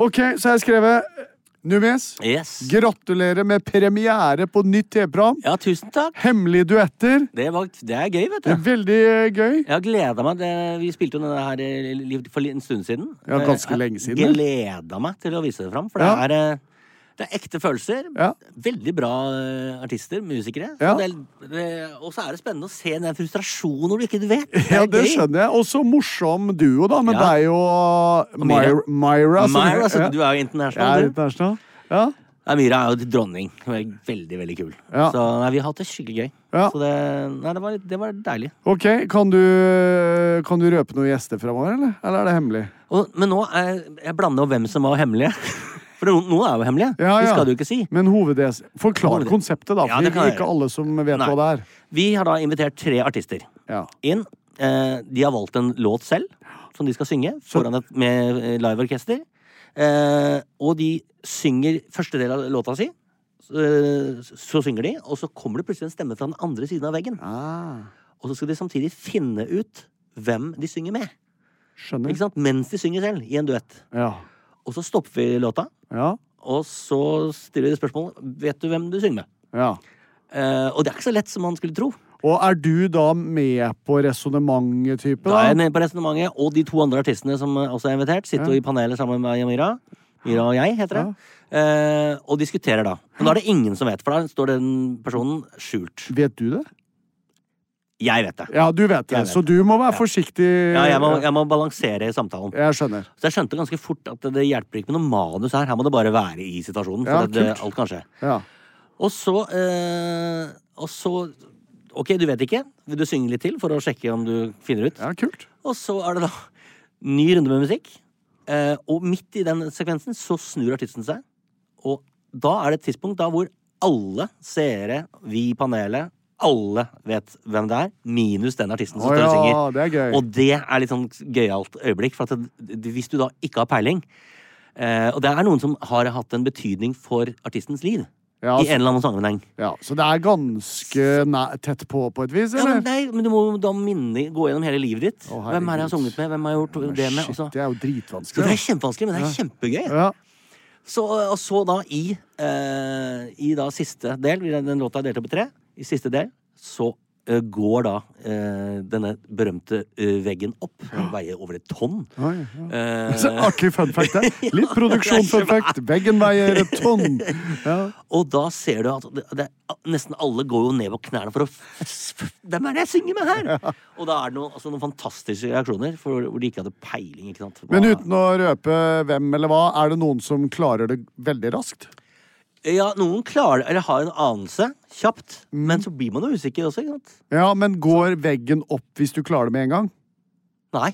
Speaker 4: OK, så har jeg skrevet Numis,
Speaker 3: Yes.
Speaker 4: gratulerer med premiere på nytt TV-program.
Speaker 3: Ja, tusen takk.
Speaker 4: Hemmelige duetter.
Speaker 3: Det, var, det er gøy, vet
Speaker 4: Det
Speaker 3: du.
Speaker 4: er veldig eh, gøy.
Speaker 3: Jeg har gleda meg. Det, vi spilte jo denne her eh, li- for li- en stund siden.
Speaker 4: Ja, ganske
Speaker 3: Eh,
Speaker 4: lenge siden,
Speaker 3: Jeg
Speaker 4: vel?
Speaker 3: gleda meg til å vise det fram, for
Speaker 4: Ja.
Speaker 3: det er eh, det er ekte følelser.
Speaker 4: Ja.
Speaker 3: Veldig bra eh, artister, musikere.
Speaker 4: Ja.
Speaker 3: Og det er- det- Og så er det spennende å se den frustrasjonen når du ikke vet. Det
Speaker 4: Ja,
Speaker 3: er
Speaker 4: det
Speaker 3: gøy.
Speaker 4: skjønner jeg. Også morsom duo, da, men
Speaker 3: Ja.
Speaker 4: det er jo Myra
Speaker 3: Myra.
Speaker 4: Myra, som-
Speaker 3: Myra, altså,
Speaker 4: ja.
Speaker 3: du er jo internasjonal,
Speaker 4: Jeg er
Speaker 3: du.
Speaker 4: internasjonal. Ja.
Speaker 3: Ja, Myra er jo dronning. Hun er veldig, veldig kul.
Speaker 4: Ja.
Speaker 3: Så nei, vi har hatt det skikkelig gøy.
Speaker 4: Ja.
Speaker 3: Så det, nei, det, var, det var deilig.
Speaker 4: Ok, kan du, kan du røpe noen gjester framover, eller? Eller er det hemmelig?
Speaker 3: Og, men nå er, jeg blander opp hvem som var hemmelige. For noen, noen er jo hemmelige.
Speaker 4: Ja,
Speaker 3: Det
Speaker 4: ja.
Speaker 3: skal du ikke si.
Speaker 4: Men hoved-ES Forklar
Speaker 3: Hoved-
Speaker 4: konseptet, da,
Speaker 3: Ja,
Speaker 4: for
Speaker 3: det
Speaker 4: det
Speaker 3: kan
Speaker 4: er
Speaker 3: jeg
Speaker 4: ikke
Speaker 3: gjøre.
Speaker 4: alle som vet
Speaker 3: Nei.
Speaker 4: hva det er.
Speaker 3: Vi har da invitert tre artister
Speaker 4: Ja.
Speaker 3: inn. Eh, de har valgt en låt selv, som de skal synge foran et med eh, liveorkester. Eh, og de synger første del av låta si. Eh, Så synger de, og så kommer det plutselig en stemme fra den andre siden av veggen. Og så skal de samtidig finne ut hvem de synger med.
Speaker 4: Skjønner.
Speaker 3: Ikke sant? Mens de synger selv, i en duett.
Speaker 4: Ja.
Speaker 3: Og så stopper vi låta,
Speaker 4: Ja.
Speaker 3: og så stiller de spørsmålet Vet du hvem du synger med.
Speaker 4: ja.
Speaker 3: Eh, og det er ikke så lett som man skulle tro.
Speaker 4: Og er du da med på resonnementet, type?
Speaker 3: Da er jeg
Speaker 4: Da?
Speaker 3: med på resonemanget, og de to andre artistene som eh, også er invitert, sitter jo i panelet sammen med meg og Mira. Mira og jeg, heter det. Eh, og diskuterer da. Men da er det ingen som vet, for da står den personen skjult.
Speaker 4: Vet du det?
Speaker 3: Jeg vet det.
Speaker 4: Ja, du vet det,
Speaker 3: Jeg vet
Speaker 4: så du må være forsiktig.
Speaker 3: Ja, jeg, må, jeg må balansere i samtalen.
Speaker 4: Jeg skjønner.
Speaker 3: Så jeg skjønte ganske fort at det hjelper ikke med noe manus her. Her må det bare være i situasjonen. For
Speaker 4: Ja,
Speaker 3: at det,
Speaker 4: kult.
Speaker 3: alt kan skje.
Speaker 4: Ja.
Speaker 3: Og så eh, Og så Ok, du vet ikke. Vil du synge litt til for å sjekke om du finner ut?
Speaker 4: ja, kult.
Speaker 3: Og så er det da ny runde med musikk. Eh, og midt i den sekvensen så snur artisten seg. Og da er det et tidspunkt da hvor alle seere, vi i panelet, alle vet hvem det er, minus den artisten
Speaker 4: Å
Speaker 3: som står og
Speaker 4: ja,
Speaker 3: synger.
Speaker 4: det er gøy.
Speaker 3: Og det er litt sånn gøyalt øyeblikk. For at det, hvis du da ikke har peiling eh, Og det er noen som har hatt en betydning for artistens liv.
Speaker 4: Ja, altså-
Speaker 3: I en eller annen sammenheng.
Speaker 4: ja, så det er ganske næ- tett på, på et vis,
Speaker 3: Ja, men,
Speaker 4: eller?
Speaker 3: nei, men du må jo da minne, gå gjennom hele livet ditt.
Speaker 4: Å,
Speaker 3: hvem er det jeg har
Speaker 4: herregud.
Speaker 3: sunget med? Hvem har jeg gjort det med?
Speaker 4: Shit,
Speaker 3: Altså,
Speaker 4: det er jo
Speaker 3: så det
Speaker 4: dritvanskelig.
Speaker 3: er kjempevanskelig, men det er kjempegøy.
Speaker 4: da. Ja.
Speaker 3: Så, og så da i, eh, i da siste del, den- den låta er delt opp i tre, i siste del, så eh, går da eh, denne berømte eh, veggen opp. Den veier over et tonn.
Speaker 4: Oi,
Speaker 3: Eh,
Speaker 4: Så artig fun fact der. Litt produksjon fun fact. Veggen veier et tonn. Ja.
Speaker 3: og da ser du at det, det, nesten alle går jo ned på knærne for å f- f- Hvem er det jeg synger med her?! Og da er det noen, altså, noen fantastiske reaksjoner for, hvor de ikke hadde peiling. ikke sant?
Speaker 4: Men
Speaker 3: Hva-
Speaker 4: uten å røpe hvem eller hva, er det noen som klarer det veldig raskt?
Speaker 3: Ja, noen klarer det, eller har en anelse kjapt,
Speaker 4: Mm.
Speaker 3: men så blir man jo usikker også, ikke sant?
Speaker 4: Ja, men går veggen opp hvis du klarer det med en gang?
Speaker 3: Nei.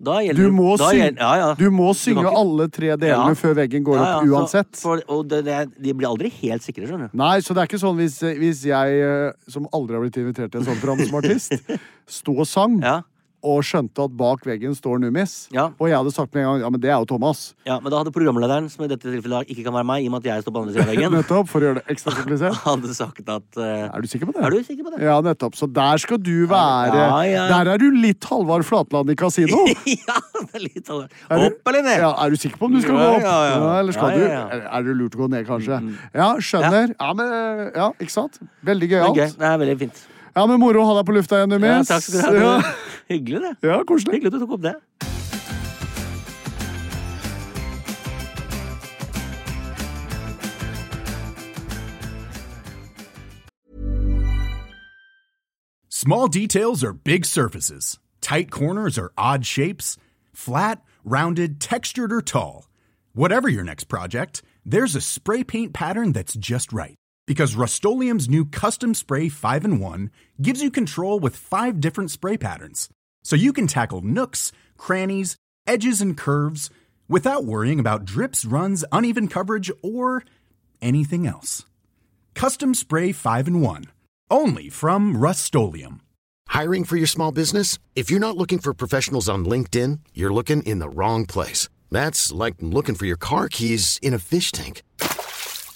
Speaker 3: Da gjelder
Speaker 4: Du må,
Speaker 3: da
Speaker 4: syng-
Speaker 3: gjel- ja, ja.
Speaker 4: du må
Speaker 3: kan
Speaker 4: synge
Speaker 3: ikke-
Speaker 4: alle tre delene
Speaker 3: Ja.
Speaker 4: før veggen går
Speaker 3: Ja, ja,
Speaker 4: opp,
Speaker 3: så-
Speaker 4: uansett.
Speaker 3: For, og det, det, de blir aldri helt sikre, skjønner du.
Speaker 4: Nei, så det er ikke sånn hvis, hvis jeg, eh, som aldri har blitt invitert til en sånn program som artist, sto og sang,
Speaker 3: Ja,
Speaker 4: og skjønte at bak veggen står Numis,
Speaker 3: Ja.
Speaker 4: og jeg hadde sagt med en gang ja, men det er jo Thomas.
Speaker 3: ja, Men da hadde programlederen, som i dette tilfellet da ikke kan være meg, i og med at jeg står på andre siden av veggen,
Speaker 4: Nettopp, for å gjøre det ekstra komplisert.
Speaker 3: hadde sagt at eh,
Speaker 4: Er du sikker på det?
Speaker 3: Er du sikker på det?
Speaker 4: Ja, nettopp. Så der skal du være.
Speaker 3: Ja, ja.
Speaker 4: Der er du litt Halvard Flatland i kasino.
Speaker 3: ja, det er litt alvorlig.
Speaker 4: Er du-
Speaker 3: Opp eller ned?
Speaker 4: Ja, er du sikker på om du skal
Speaker 3: Ja,
Speaker 4: gå opp?
Speaker 3: ja, ja.
Speaker 4: eller skal
Speaker 3: Ja, ja, ja. Mm,
Speaker 4: du? Er- Er det lurt å gå ned, kanskje? Ja, skjønner. Ja, men, ja ikke sant? Veldig
Speaker 3: Det er gøy.
Speaker 4: gøyalt.
Speaker 3: Det er veldig fint.
Speaker 4: Ja, men moro å ha deg på lufta igjen,
Speaker 3: Ja,
Speaker 4: Numis.
Speaker 3: takk skal du ha.
Speaker 4: Ja.
Speaker 3: Hyggelig, det.
Speaker 4: Ja, koselig.
Speaker 3: Hyggelig at du tok opp det.
Speaker 5: Small details are big surfaces. Tight corners are odd shapes. Flat, rounded, textured, or tall. Whatever your next project, there's a spray paint pattern that's just right. Because Rust new Custom Spray 5 in 1 gives you control with five different spray patterns. So you can tackle nooks, crannies, edges, and curves without worrying about drips, runs, uneven coverage, or anything else. Custom Spray 5 and 1. Only from Rust
Speaker 6: Hiring for your small business? If you're not looking for professionals on LinkedIn, you're looking in the wrong place. That's like looking for your car keys in a fish tank.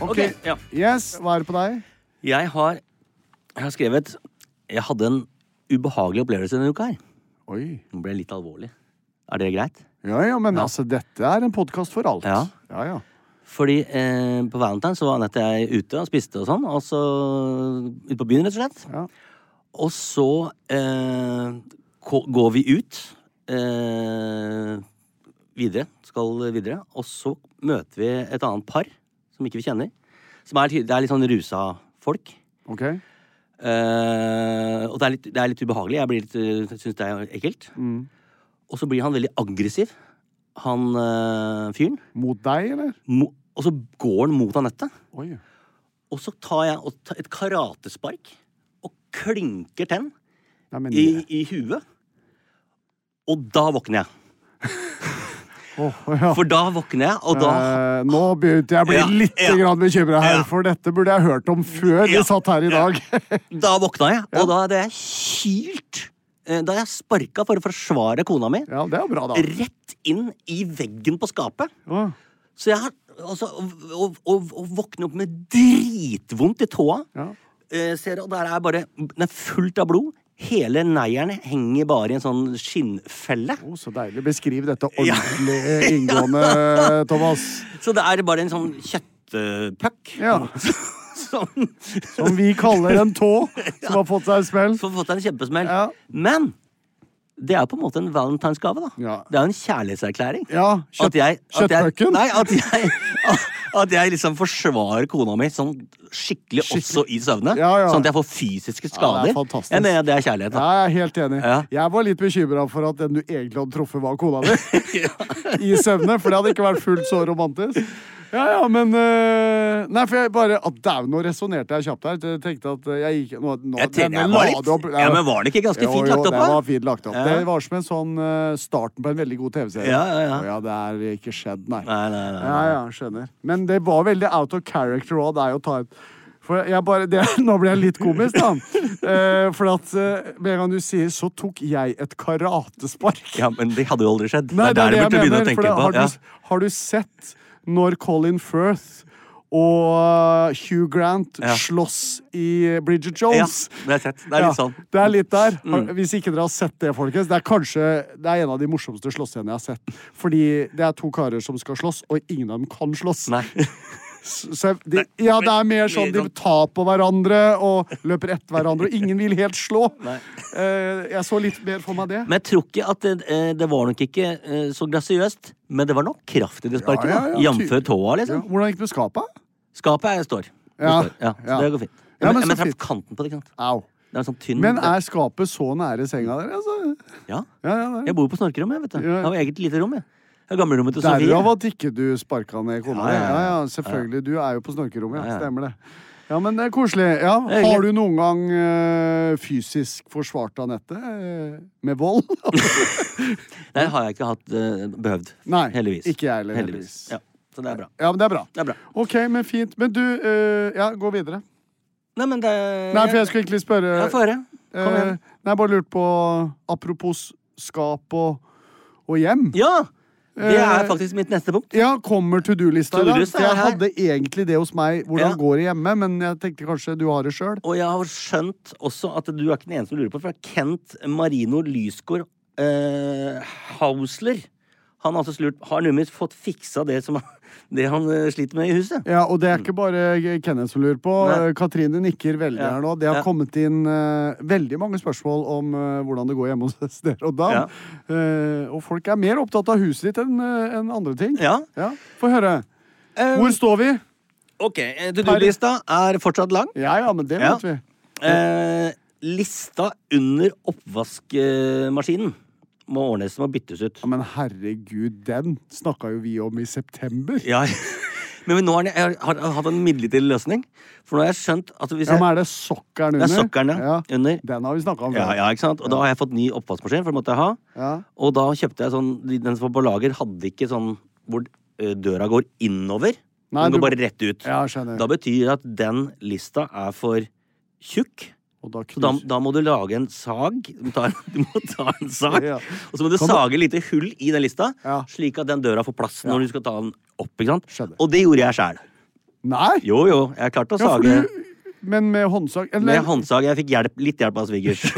Speaker 4: Ok.
Speaker 3: Ok, ja.
Speaker 4: Yes, hva er det på deg?
Speaker 3: Jeg har, jeg har skrevet Jeg hadde en ubehagelig opplevelse denne uka her.
Speaker 4: Oi.
Speaker 3: Nå ble jeg litt alvorlig. Er det greit?
Speaker 4: Ja ja, men altså, dette er en podkast for alt.
Speaker 3: Ja.
Speaker 4: ja. ja.
Speaker 3: Fordi eh, på Valentine så var Anette og jeg ute og spiste og sånn. Og så Ute på byen, rett og slett.
Speaker 4: Ja.
Speaker 3: Og så eh, ko- går vi ut eh, videre. Skal videre. Og så møter vi et annet par som ikke vi kjenner. Som er, tyd- det er litt sånn rusa folk.
Speaker 4: Ok.
Speaker 3: Eh, og det er, litt, det er litt ubehagelig. Jeg blir litt, syns det er ekkelt. Og så blir han veldig aggressiv, han eh, fyren.
Speaker 4: Mot deg, eller?
Speaker 3: Mo, og så går han mot Anette.
Speaker 4: Oi.
Speaker 3: Og så tar jeg og ta- et karatespark og klinker tenn
Speaker 4: Nei, men,
Speaker 3: i, i huet. Og da våkner jeg.
Speaker 4: Åh, ja.
Speaker 3: For da våkner jeg, og da
Speaker 4: Eh, nå begynte jeg å bli
Speaker 3: Ja,
Speaker 4: litt
Speaker 3: ja.
Speaker 4: grann bekymra her,
Speaker 3: Ja.
Speaker 4: for dette burde jeg hørt om før vi
Speaker 3: Ja.
Speaker 4: satt her i dag.
Speaker 3: Da våkna jeg, og da hadde jeg kilt. eh, Da hadde jeg sparka for å forsvare kona mi.
Speaker 4: Ja, det er bra, da.
Speaker 3: Rett inn i veggen på skapet.
Speaker 4: Åh,
Speaker 3: Så jeg har altså, og- og, og, og våkne opp med dritvondt i tåa.
Speaker 4: Ja.
Speaker 3: Eh, ser, og der er bare Den er fullt av blod. Hele neieren henger bare i en sånn skinnfelle.
Speaker 4: Åh, så deilig. Beskriv dette ordentlig eh, inngående, Thomas.
Speaker 3: Så det er bare en sånn kjøttpuck.
Speaker 4: Ja.
Speaker 3: Sånn.
Speaker 4: Som vi kaller en tå som har fått seg en smell.
Speaker 3: Så fått deg en kjempesmell.
Speaker 4: Ja.
Speaker 3: Men det er jo på en måte en valentinsgave, da.
Speaker 4: Ja.
Speaker 3: Det er jo en kjærlighetserklæring.
Speaker 4: Ja, kjøtt-
Speaker 3: At jeg- at jeg-
Speaker 4: kjøttpucken.
Speaker 3: Nei, at jeg, at jeg liksom forsvarer kona mi sånn skikkelig, også i søvne.
Speaker 4: Ja, ja.
Speaker 3: Sånn at jeg får fysiske
Speaker 4: Ja,
Speaker 3: skader.
Speaker 4: det er fantastisk.
Speaker 3: jeg mener det er kjærlighet,
Speaker 4: Ja,
Speaker 3: da.
Speaker 4: jeg er helt enig.
Speaker 3: Ja.
Speaker 4: Jeg var litt bekymra for at den du egentlig hadde truffet, var kona di. I søvne, for det hadde ikke vært fullt så romantisk. Ja, ja, men eh, Nei, for jeg bare at Dæven, nå resonnerte jeg kjapt her. Jeg tenkte at jeg gikk nå, nå,
Speaker 3: Jeg tenkte-
Speaker 4: denne
Speaker 3: jeg var
Speaker 4: la
Speaker 3: litt-
Speaker 4: du opp-
Speaker 3: ja, men var den ikke ganske fint lagt opp,
Speaker 4: Jo,
Speaker 3: da?
Speaker 4: den var fint lagt opp.
Speaker 3: Ja.
Speaker 4: Det var som en sånn eh, starten på en veldig god TV-serie.
Speaker 3: Ja, ja, ja.
Speaker 4: Å ja, det er ikke skjedd, nei.
Speaker 3: Nei, nei, nei, nei.
Speaker 4: Ja, ja, skjønner. Men det var veldig out of character òg, deg å ta et for jeg bare, det, Nå ble jeg litt komisk, da. Eh, for at eh, med en gang du sier 'så tok jeg et karatespark'
Speaker 3: Ja, Men det hadde jo aldri skjedd.
Speaker 4: Nei,
Speaker 3: det er der du burde begynne å
Speaker 4: for
Speaker 3: tenke
Speaker 4: det-
Speaker 3: på.
Speaker 4: har,
Speaker 3: Ja.
Speaker 4: du, har du sett når Colin Firth og eh, Hugh Grant
Speaker 3: Ja.
Speaker 4: slåss i Bridget
Speaker 3: Ja,
Speaker 4: Jones?
Speaker 3: det er sett. Det er
Speaker 4: Ja,
Speaker 3: litt sånn.
Speaker 4: det er litt der. Har- Hvis ikke dere har sett det, folkens. Det er kanskje det er en av de morsomste slåssscenene jeg har sett. Fordi det er to karer som skal slåss, og ingen av dem kan slåss.
Speaker 3: sånn. Nei.
Speaker 4: Så jeg- de, ja, det er mer sånn de tar på hverandre og løper etter hverandre, og ingen vil helt slå. Eh, jeg så litt mer for meg det.
Speaker 3: Men jeg tror ikke at det, eh, det var nok ikke eh, så grasiøst, men det var nok kraft i det sparket.
Speaker 4: Ja,
Speaker 3: da.
Speaker 4: ja, ja,
Speaker 3: Jamfør
Speaker 4: tydelig.
Speaker 3: tåa,
Speaker 4: Ja,
Speaker 3: liksom.
Speaker 4: hvordan gikk det med skapet?
Speaker 3: Skapet er, står. Det
Speaker 4: Ja,
Speaker 3: står. Ja, så
Speaker 4: ja.
Speaker 3: det går fint.
Speaker 4: Ja, men
Speaker 3: men
Speaker 4: så
Speaker 3: men jeg traff
Speaker 4: fint.
Speaker 3: kanten på det. ikke sant?
Speaker 4: Au.
Speaker 3: Det er en sånn tynn
Speaker 4: Men er skapet så nære senga der, altså?
Speaker 3: Ja.
Speaker 4: Ja, ja, ja.
Speaker 3: Jeg bor jo på snorkerommet, vet du.
Speaker 4: Ja.
Speaker 3: Jeg har eget lite rom, jeg. Jeg har gamlerommet til Sofie.
Speaker 4: Derav at ikke du sparka ned kona
Speaker 3: Ja,
Speaker 4: di.
Speaker 3: ja, ja.
Speaker 4: Ja, ja, selvfølgelig. Du er jo på snorkerommet.
Speaker 3: Ja,
Speaker 4: Ja.
Speaker 3: ja.
Speaker 4: Stemmer det. Ja, men det er koselig. Ja,
Speaker 3: er hyggelig.
Speaker 4: har du noen gang eh, fysisk forsvart Anette eh, med vold?
Speaker 3: Nei, det har jeg ikke hatt eh, behøvd.
Speaker 4: Nei,
Speaker 3: heldigvis.
Speaker 4: ikke jeg heller, heldigvis.
Speaker 3: Ja. Så det er bra.
Speaker 4: ja, men det er bra.
Speaker 3: Det er bra.
Speaker 4: Ok, men fint. Men du eh, Ja, gå videre.
Speaker 3: Nei, men det
Speaker 4: Nei, for jeg skulle egentlig spørre
Speaker 3: Eh, Ja, Få høre. Kom
Speaker 4: eh,
Speaker 3: igjen.
Speaker 4: Nei, jeg bare lurte på Apropos skap og, og hjem.
Speaker 3: Ja! Det
Speaker 4: eh,
Speaker 3: er faktisk mitt neste punkt.
Speaker 4: Ja, kommer to do-lista i dag.
Speaker 3: To-do-lista
Speaker 4: For
Speaker 3: er
Speaker 4: Jeg
Speaker 3: her.
Speaker 4: hadde egentlig det hos meg, hvordan
Speaker 3: Ja.
Speaker 4: går det hjemme, men jeg tenkte kanskje du har det sjøl.
Speaker 3: Og jeg har skjønt også at du er ikke den eneste som lurer på, for det er Kent Marino Lysgård eh, Hausler Han har altså slurt, har nummer fått fiksa det, som, det han eh, sliter med i huset.
Speaker 4: Ja, og det er ikke bare Kenneth som lurer på.
Speaker 3: Mm.
Speaker 4: Eh,
Speaker 3: Nei.
Speaker 4: Katrine nikker veldig
Speaker 3: Ja.
Speaker 4: her nå. Det har
Speaker 3: Ja.
Speaker 4: kommet inn eh, veldig mange spørsmål om eh, hvordan det går hjemme hos dere og da.
Speaker 3: Ja.
Speaker 4: og folk er mer opptatt av huset ditt enn eh, enn andre ting.
Speaker 3: Ja.
Speaker 4: Få høre. Hvor står vi?
Speaker 3: Ok, eh, To do-lista er fortsatt lang.
Speaker 4: Ja ja, men det
Speaker 3: Ja.
Speaker 4: vet vi.
Speaker 3: Eh, lista under oppvaskmaskinen må ordnes, må byttes ut.
Speaker 4: Ja, men herregud, den snakka jo vi om i september.
Speaker 3: Ja, men nå har jeg, jeg har, har hatt en midlertidig løsning. For nå har jeg skjønt at hvis
Speaker 4: Ja,
Speaker 3: jeg
Speaker 4: men er det sokkelen
Speaker 3: Det
Speaker 4: under?
Speaker 3: er sokkelen, ja, under.
Speaker 4: Den har vi snakka om.
Speaker 3: Ja,
Speaker 4: før.
Speaker 3: ja, ikke sant? Og da har jeg fått ny oppvaskmaskin, for det måtte jeg ha.
Speaker 4: Ja.
Speaker 3: Og da kjøpte jeg sånn de- Den som var på lager, hadde ikke sånn hvor ø, døra går innover.
Speaker 4: Nei,
Speaker 3: den går
Speaker 4: du-
Speaker 3: bare rett ut.
Speaker 4: Ja, skjønner.
Speaker 3: Da betyr det at den lista er for tjukk.
Speaker 4: Og da
Speaker 3: Så da,
Speaker 4: knus-
Speaker 3: da må du lage en sag. Du må ta, du må ta en sag.
Speaker 4: Ja.
Speaker 3: Og så må du
Speaker 4: Kan du-
Speaker 3: sage et lite hull i den lista,
Speaker 4: Ja.
Speaker 3: slik at den døra får plass når du skal ta den opp. ikke sant?
Speaker 4: Skjønner.
Speaker 3: Og det gjorde jeg sjæl.
Speaker 4: Nei!
Speaker 3: Jo, jo. Jeg klarte å
Speaker 4: Ja, for
Speaker 3: sage
Speaker 4: du, men med håndsag Eller
Speaker 3: med håndsag. Jeg fikk hjelp, litt hjelp av svigers.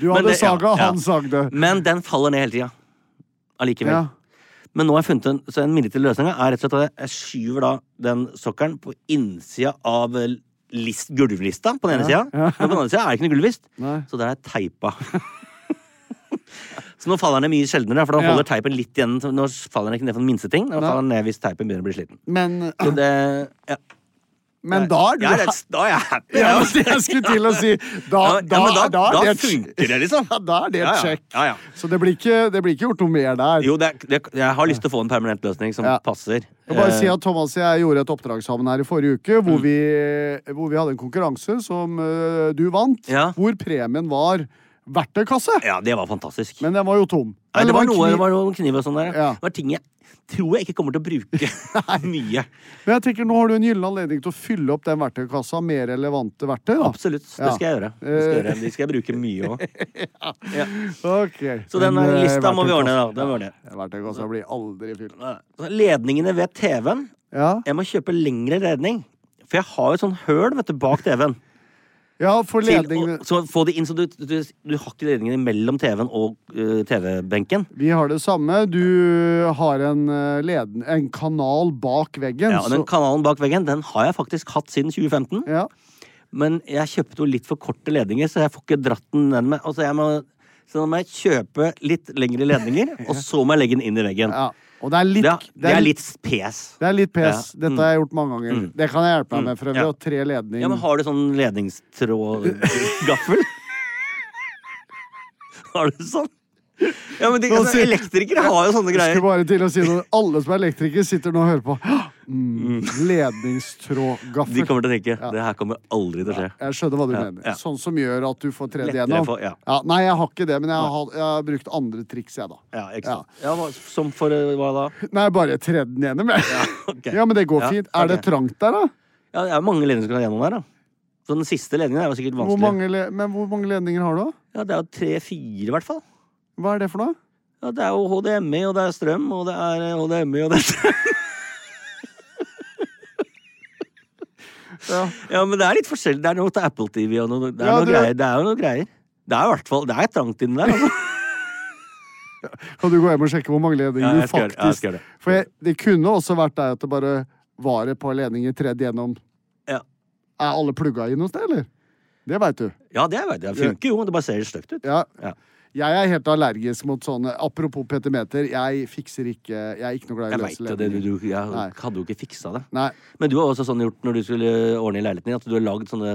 Speaker 4: du
Speaker 3: Men
Speaker 4: hadde
Speaker 3: det- ja,
Speaker 4: saga,
Speaker 3: ja.
Speaker 4: han sagde.
Speaker 3: Men den faller ned hele tida. Allikevel.
Speaker 4: Ja.
Speaker 3: Men nå har jeg funnet en, så en midlertidig løsning er rett og slett at jeg skyver da den sokkelen på innsida av eh, list, gulvlista på den ene sida. Men på den andre sida er det ikke noe gulvlist.
Speaker 4: Nei.
Speaker 3: Så der er teipa. så nå faller den mye sjeldnere, for da
Speaker 4: Ja.
Speaker 3: holder teipen litt igjen. så Nå faller den ikke ned for den minste ting. Nå faller den ned hvis teipen begynner å bli sliten.
Speaker 4: Men, ah,
Speaker 3: Så det, ja.
Speaker 4: men da er du
Speaker 3: Jeg er rett, da er jeg happy.
Speaker 4: Ja, men det jeg skulle til å si. Da,
Speaker 3: Ja, men-
Speaker 4: da,
Speaker 3: ja, men da-
Speaker 4: er
Speaker 3: da
Speaker 4: det et-
Speaker 3: funker det, liksom.
Speaker 4: Ja, da er det et
Speaker 3: Ja, ja.
Speaker 4: sjekk.
Speaker 3: Ja, ja.
Speaker 4: Så det blir, ikke, det blir ikke gjort noe mer der.
Speaker 3: Jo, det, er- det, jeg har lyst til å få en permanent løsning som
Speaker 4: Ja.
Speaker 3: passer.
Speaker 4: Jeg bare
Speaker 3: Eh, Mm.
Speaker 4: si at Thomas og jeg gjorde et oppdrag sammen her i forrige uke, hvor, vi, hvor vi hadde en konkurranse som øh, du vant,
Speaker 3: Ja.
Speaker 4: hvor premien var verktøykasse.
Speaker 3: ja, det var fantastisk.
Speaker 4: Men den var jo tom.
Speaker 3: Nei, det
Speaker 4: Eller
Speaker 3: var,
Speaker 4: en
Speaker 3: noe,
Speaker 4: kniv.
Speaker 3: det var noen kniv og sånn der.
Speaker 4: Ja.
Speaker 3: Det var ting jeg tror jeg ikke kommer til å bruke mye.
Speaker 4: Men jeg tenker, nå har du en gyllen anledning til å fylle opp den verktøykassa med relevante verktøy. da.
Speaker 3: Absolutt. Det
Speaker 4: Ja. Eh.
Speaker 3: skal jeg gjøre. Det skal jeg gjøre. De skal jeg bruke mye òg.
Speaker 4: Ok.
Speaker 3: Så den
Speaker 4: Men,
Speaker 3: eh,
Speaker 4: eh,
Speaker 3: lista må vi ordne, da.
Speaker 4: verktøykassa-
Speaker 3: Den ordner jeg.
Speaker 4: Ja, Verktøykassa blir aldri fylt.
Speaker 3: Så Ledningene ved TV-en.
Speaker 4: Ja.
Speaker 3: Jeg må kjøpe lengre ledning. For jeg har jo sånn høl vet du, bak TV-en.
Speaker 4: ja, for
Speaker 3: Til
Speaker 4: ledningene
Speaker 3: å- Så få det inn, så du, du, du har ikke ledningene mellom TV-en og eh, TV-benken.
Speaker 4: Vi har det samme. Du har en, eh, leden, en kanal bak veggen.
Speaker 3: Ja, og den
Speaker 4: så-
Speaker 3: kanalen bak veggen den har jeg faktisk hatt siden 2015.
Speaker 4: ja.
Speaker 3: Men jeg kjøpte jo litt for korte ledninger, så jeg får ikke dratt den ned med. Altså, jeg må, så da må jeg kjøpe litt lengre ledninger, og så må jeg legge den inn i veggen.
Speaker 4: ja. Og det er litt
Speaker 3: Det, er- det er litt pes.
Speaker 4: Det er litt pes. Dette har jeg gjort mange ganger. Det kan jeg hjelpe deg med. for øvrig,
Speaker 3: Mm. Ja.
Speaker 4: og Tre ledning.
Speaker 3: Ja, men har du sånn ledningstrådgaffel? har du sånn? Ja, men de,
Speaker 4: Nå
Speaker 3: altså,
Speaker 4: sier-
Speaker 3: Elektrikere har jo sånne
Speaker 4: Jeg
Speaker 3: greier.
Speaker 4: skulle bare til å si noe. Alle som er elektrikere, sitter nå og hører på. Mm,
Speaker 3: De
Speaker 4: Ledningstrådgaffel.
Speaker 3: kommer til å tenke det her kommer aldri til å skje.
Speaker 4: Jeg skjønner hva du
Speaker 3: Ja,
Speaker 4: mener.
Speaker 3: ja.
Speaker 4: Sånn som gjør at du får tredd
Speaker 3: Lettere
Speaker 4: igjennom.
Speaker 3: for- ja.
Speaker 4: nei, jeg har ikke det, men jeg har, jeg har brukt andre triks, jeg, da.
Speaker 3: Ja, ikke sant? Ja, hva- som for eh, hva da?
Speaker 4: Nei, bare tredd den gjennom, jeg. Ja,
Speaker 3: ok.
Speaker 4: men det går
Speaker 3: Ja,
Speaker 4: fint. Er det
Speaker 3: ok.
Speaker 4: trangt der, da?
Speaker 3: Ja, det er mange ledninger som kan gjennom her, da. Så den siste ledningen er jo sikkert
Speaker 4: Hvor
Speaker 3: vanskelig.
Speaker 4: mange, le- men hvor mange ledninger har du, da?
Speaker 3: Ja, det er jo tre-fire, i hvert fall.
Speaker 4: Hva er det for noe?
Speaker 3: Ja, det er jo HDMI, og det er strøm, og det er eh, HDMI, og det er strøm.
Speaker 4: Ja.
Speaker 3: Ja, men det er litt forskjellig. Det er noe til Apple TV og noe, det er
Speaker 4: Ja,
Speaker 3: noe
Speaker 4: det-
Speaker 3: greier. Det er jo noe greier. Det er i hvert fall Det er trangt inni der, altså.
Speaker 4: Kan du gå hjem og sjekke hvor mange ledninger
Speaker 3: Ja,
Speaker 4: du
Speaker 3: jeg skal gjøre det. Ja, jeg
Speaker 4: faktisk
Speaker 3: skal gjøre det.
Speaker 4: For jeg, det kunne også vært deg at det bare var et par ledninger tredd gjennom.
Speaker 3: Ja,
Speaker 4: Er alle plugga inn noe sted, eller? Det veit du.
Speaker 3: ja det vet jeg. Det funker jo, det bare ser stygt ut.
Speaker 4: Ja.
Speaker 3: Ja.
Speaker 4: Jeg er helt allergisk mot sånne Apropos petimeter, jeg fikser ikke Jeg er ikke noe glad i
Speaker 3: Jeg
Speaker 4: løse
Speaker 3: veit jo det. Du,
Speaker 4: ledninger.
Speaker 3: du, jeg
Speaker 4: Nei.
Speaker 3: hadde jo ikke fiksa det.
Speaker 4: Nei.
Speaker 3: Men du har også sånn gjort når du skulle ordne i leiligheten din, at du har lagd sånne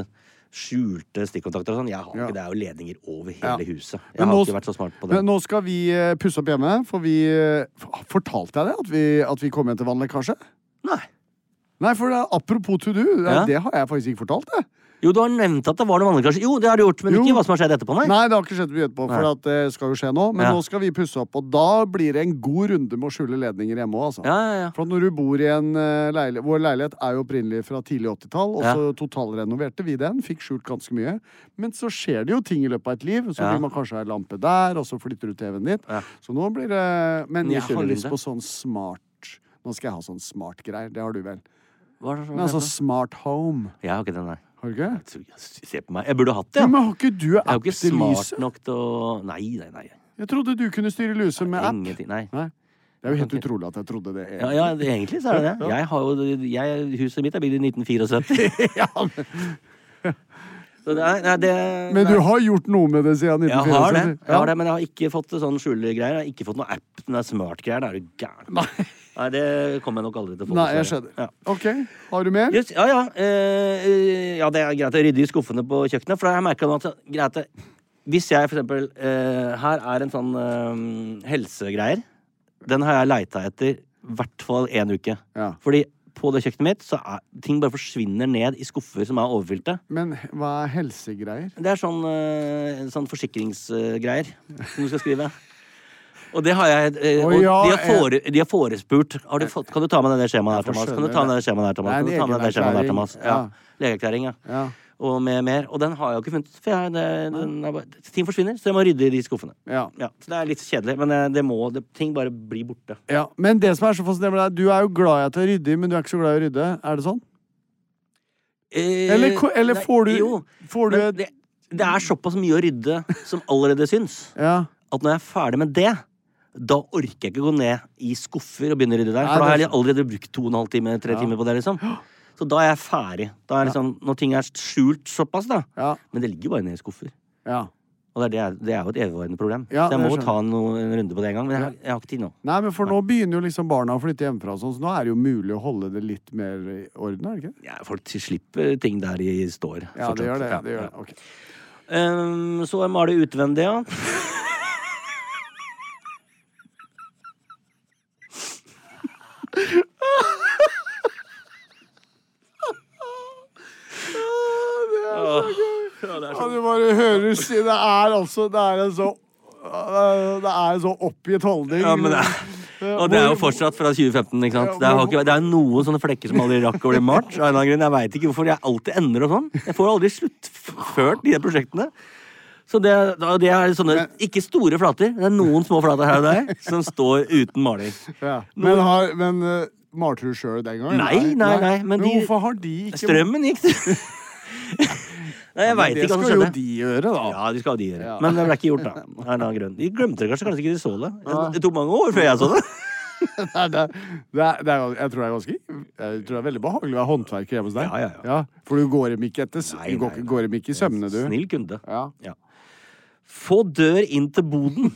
Speaker 3: skjulte stikkontakter og sånn. Jeg har
Speaker 4: Ja.
Speaker 3: ikke, Det er jo ledninger over
Speaker 4: Ja.
Speaker 3: hele huset. Jeg
Speaker 4: Men
Speaker 3: har
Speaker 4: nå-
Speaker 3: ikke vært så smart på det.
Speaker 4: Men nå skal vi eh, pusse opp hjemme, for vi eh, f- Fortalte jeg det? At vi, at vi kom hjem til vannlekkasje?
Speaker 3: Nei.
Speaker 4: Nei, for det er apropos to do, det,
Speaker 3: Ja.
Speaker 4: det har jeg faktisk ikke fortalt, jeg.
Speaker 3: Jo, du har nevnt at det var noe vanlig, kanskje. Jo, det har du gjort, men
Speaker 4: Jo.
Speaker 3: ikke hva som har skjedd etterpå, nei.
Speaker 4: Nei, det har ikke skjedd mye etterpå, for
Speaker 3: Nei.
Speaker 4: at det skal jo skje nå. Men
Speaker 3: Ja.
Speaker 4: nå skal vi pusse opp, og da blir det en god runde med å skjule ledninger hjemme òg, altså.
Speaker 3: Ja, ja, ja.
Speaker 4: For at når du bor i en eh, leilighet Vår leilighet er jo opprinnelig fra tidlig 80-tall, og
Speaker 3: Ja.
Speaker 4: så totalrenoverte vi den. Fikk skjult ganske mye. Men så skjer det jo ting i løpet av et liv. Så
Speaker 3: Ja.
Speaker 4: blir man kanskje ha en lampe der, og så flytter du TV-en dit. Så nå blir det Men
Speaker 3: Ny
Speaker 4: jeg har
Speaker 3: skjulerunde.
Speaker 4: lyst på sånn smart Nå skal jeg ha sånn smart-greier. Det har du vel.
Speaker 3: Hva er det som
Speaker 4: Men altså
Speaker 3: heter det?
Speaker 4: smart home.
Speaker 3: Jeg har ikke den, nei.
Speaker 4: Har du ikke?
Speaker 3: Jeg tror- Se på meg. Jeg burde hatt det,
Speaker 4: Ja.
Speaker 3: ja.
Speaker 4: Men har ikke du
Speaker 3: Jeg er
Speaker 4: app
Speaker 3: jo ikke
Speaker 4: til
Speaker 3: smart
Speaker 4: lyset?
Speaker 3: nok til å Nei, nei, nei.
Speaker 4: Jeg trodde du kunne styre lyset med app.
Speaker 3: Ingenting. Nei.
Speaker 4: Nei. Det er jo helt utrolig at jeg trodde det.
Speaker 3: Ja, ja, det- egentlig så er det det. Jeg har jo, jeg, huset mitt er bygd i 1974. Så det er, nei, det,
Speaker 4: Men du
Speaker 3: nei.
Speaker 4: har gjort noe med det siden 1974?
Speaker 3: jeg har, det. jeg
Speaker 4: Ja.
Speaker 3: har det, men jeg har ikke fått det sånn skjulegreier. Jeg har ikke fått noe app. Den er smart-greier. Det er du gæren. Nei. det kommer jeg nok aldri til å få.
Speaker 4: Nei, jeg
Speaker 3: dessverre.
Speaker 4: skjønner.
Speaker 3: Ja.
Speaker 4: Ok, har du mer?
Speaker 3: Just, ja, ja. eh, ja, det er greit å rydde i skuffene på kjøkkenet, for jeg merka nå at greit, det- Hvis jeg for eksempel eh, Her er en sånn eh, helsegreier. Den har jeg leita etter i hvert fall én uke.
Speaker 4: Ja.
Speaker 3: Fordi på det kjøkkenet mitt så er ting bare forsvinner ned i skuffer som er overfylte.
Speaker 4: Men hva er helsegreier?
Speaker 3: Det er sånn, eh, sånn forsikringsgreier som du skal skrive. Og det har jeg eh,
Speaker 4: Å,
Speaker 3: og
Speaker 4: ja, eh,
Speaker 3: de, har fore, de har forespurt har du fått, Kan du ta med denne skjemaet her,
Speaker 4: Jeg får
Speaker 3: Thomas? Kan du ta med denne skjemaet her, Thomas?
Speaker 4: Det er
Speaker 3: Kan du
Speaker 4: en
Speaker 3: ta med denne skjemaet
Speaker 4: egenerklæring.
Speaker 3: der, Thomas? Ja.
Speaker 4: Ja.
Speaker 3: Legeerklæring, ja.
Speaker 4: Ja.
Speaker 3: Og med mer. Og den har jeg jo ikke funnet. For jeg, har- det, den er bare, ting forsvinner, så jeg må rydde i de skuffene.
Speaker 4: Ja.
Speaker 3: så det er litt kjedelig, men eh, det må, det, ting bare blir borte.
Speaker 4: Ja, Men det som er så fascinerende med deg, du er jo glad i at du er ryddig, men du er ikke så glad i å rydde. Er det sånn?
Speaker 3: Eh,
Speaker 4: Eller, ko- eller
Speaker 3: nei,
Speaker 4: får du,
Speaker 3: Jo.
Speaker 4: får du
Speaker 3: Men
Speaker 4: et
Speaker 3: det, det er såpass mye å rydde som allerede syns.
Speaker 4: Ja.
Speaker 3: at når jeg er ferdig med det, da orker jeg ikke gå ned i skuffer og begynne å rydde der.
Speaker 4: Nei,
Speaker 3: For da har
Speaker 4: det
Speaker 3: jeg allerede brukt to og en halv time, tre timer på det, liksom. Så da er jeg ferdig. Da er liksom, Når ting er skjult såpass, da.
Speaker 4: Ja.
Speaker 3: Men det ligger jo bare nede i skuffer.
Speaker 4: ja.
Speaker 3: Og det er, det er, det er jo et evigvarende problem.
Speaker 4: Ja,
Speaker 3: så jeg må
Speaker 4: det
Speaker 3: jo ta noe, en runde på det en gang. Men jeg, har- jeg har ikke tid nå.
Speaker 4: Nei, men for nå begynner jo liksom barna å flytte hjemmefra, og sånn, så nå er det jo mulig å holde det litt mer i orden, er det ikke? det?
Speaker 3: Ja, folk slipper ting der de står.
Speaker 4: Ja, det gjør det.
Speaker 3: fortsatt.
Speaker 4: det,
Speaker 3: Ja,
Speaker 4: gjør
Speaker 3: ja.
Speaker 4: det. Ok.
Speaker 3: Ehm, så jeg maler utvendig, ja.
Speaker 4: Ja, du bare hører si Det er altså Det er en så Det er en så oppgitt holdning.
Speaker 3: Ja, men det er, og det er jo fortsatt fra 2015. ikke sant? Det er, har ikke, det er noen sånne flekker som aldri rakk å bli malt. av en eller annen grunn. Jeg veit ikke hvorfor jeg alltid ender opp sånn. Jeg får aldri sluttført de her prosjektene. Så det, da- det er sånne, Ikke store flater. Det er noen små flater her og der som står uten maling.
Speaker 4: Ja. Men, har, men eh, malte du sjøl den gangen?
Speaker 3: Nei, nei, nei. Men, de,
Speaker 4: hvorfor har de ikke
Speaker 3: Strømmen gikk. Nei, jeg veit
Speaker 4: Det
Speaker 3: ikke hva som
Speaker 4: skal jo
Speaker 3: skjedde.
Speaker 4: de gjøre, da.
Speaker 3: Ja, de skal ha de gjøre. Men det ble ikke gjort, da. Av en eller annen grunn. De glemte det kanskje. Kanskje ikke de så det. Det tok mange år før jeg så det.
Speaker 4: Nei, det, er- det er, det er, jeg tror det er ganske Jeg tror det er veldig behagelig å være håndverker hjemme hos deg.
Speaker 3: Ja, ja, ja.
Speaker 4: for du går dem ikke etter s-
Speaker 3: Nei,
Speaker 4: Du går,
Speaker 3: nei,
Speaker 4: ikke-
Speaker 3: nei.
Speaker 4: går dem ikke i sømmene, du.
Speaker 3: Snill kunde.
Speaker 4: Ja.
Speaker 3: Ja. Få dør inn til boden.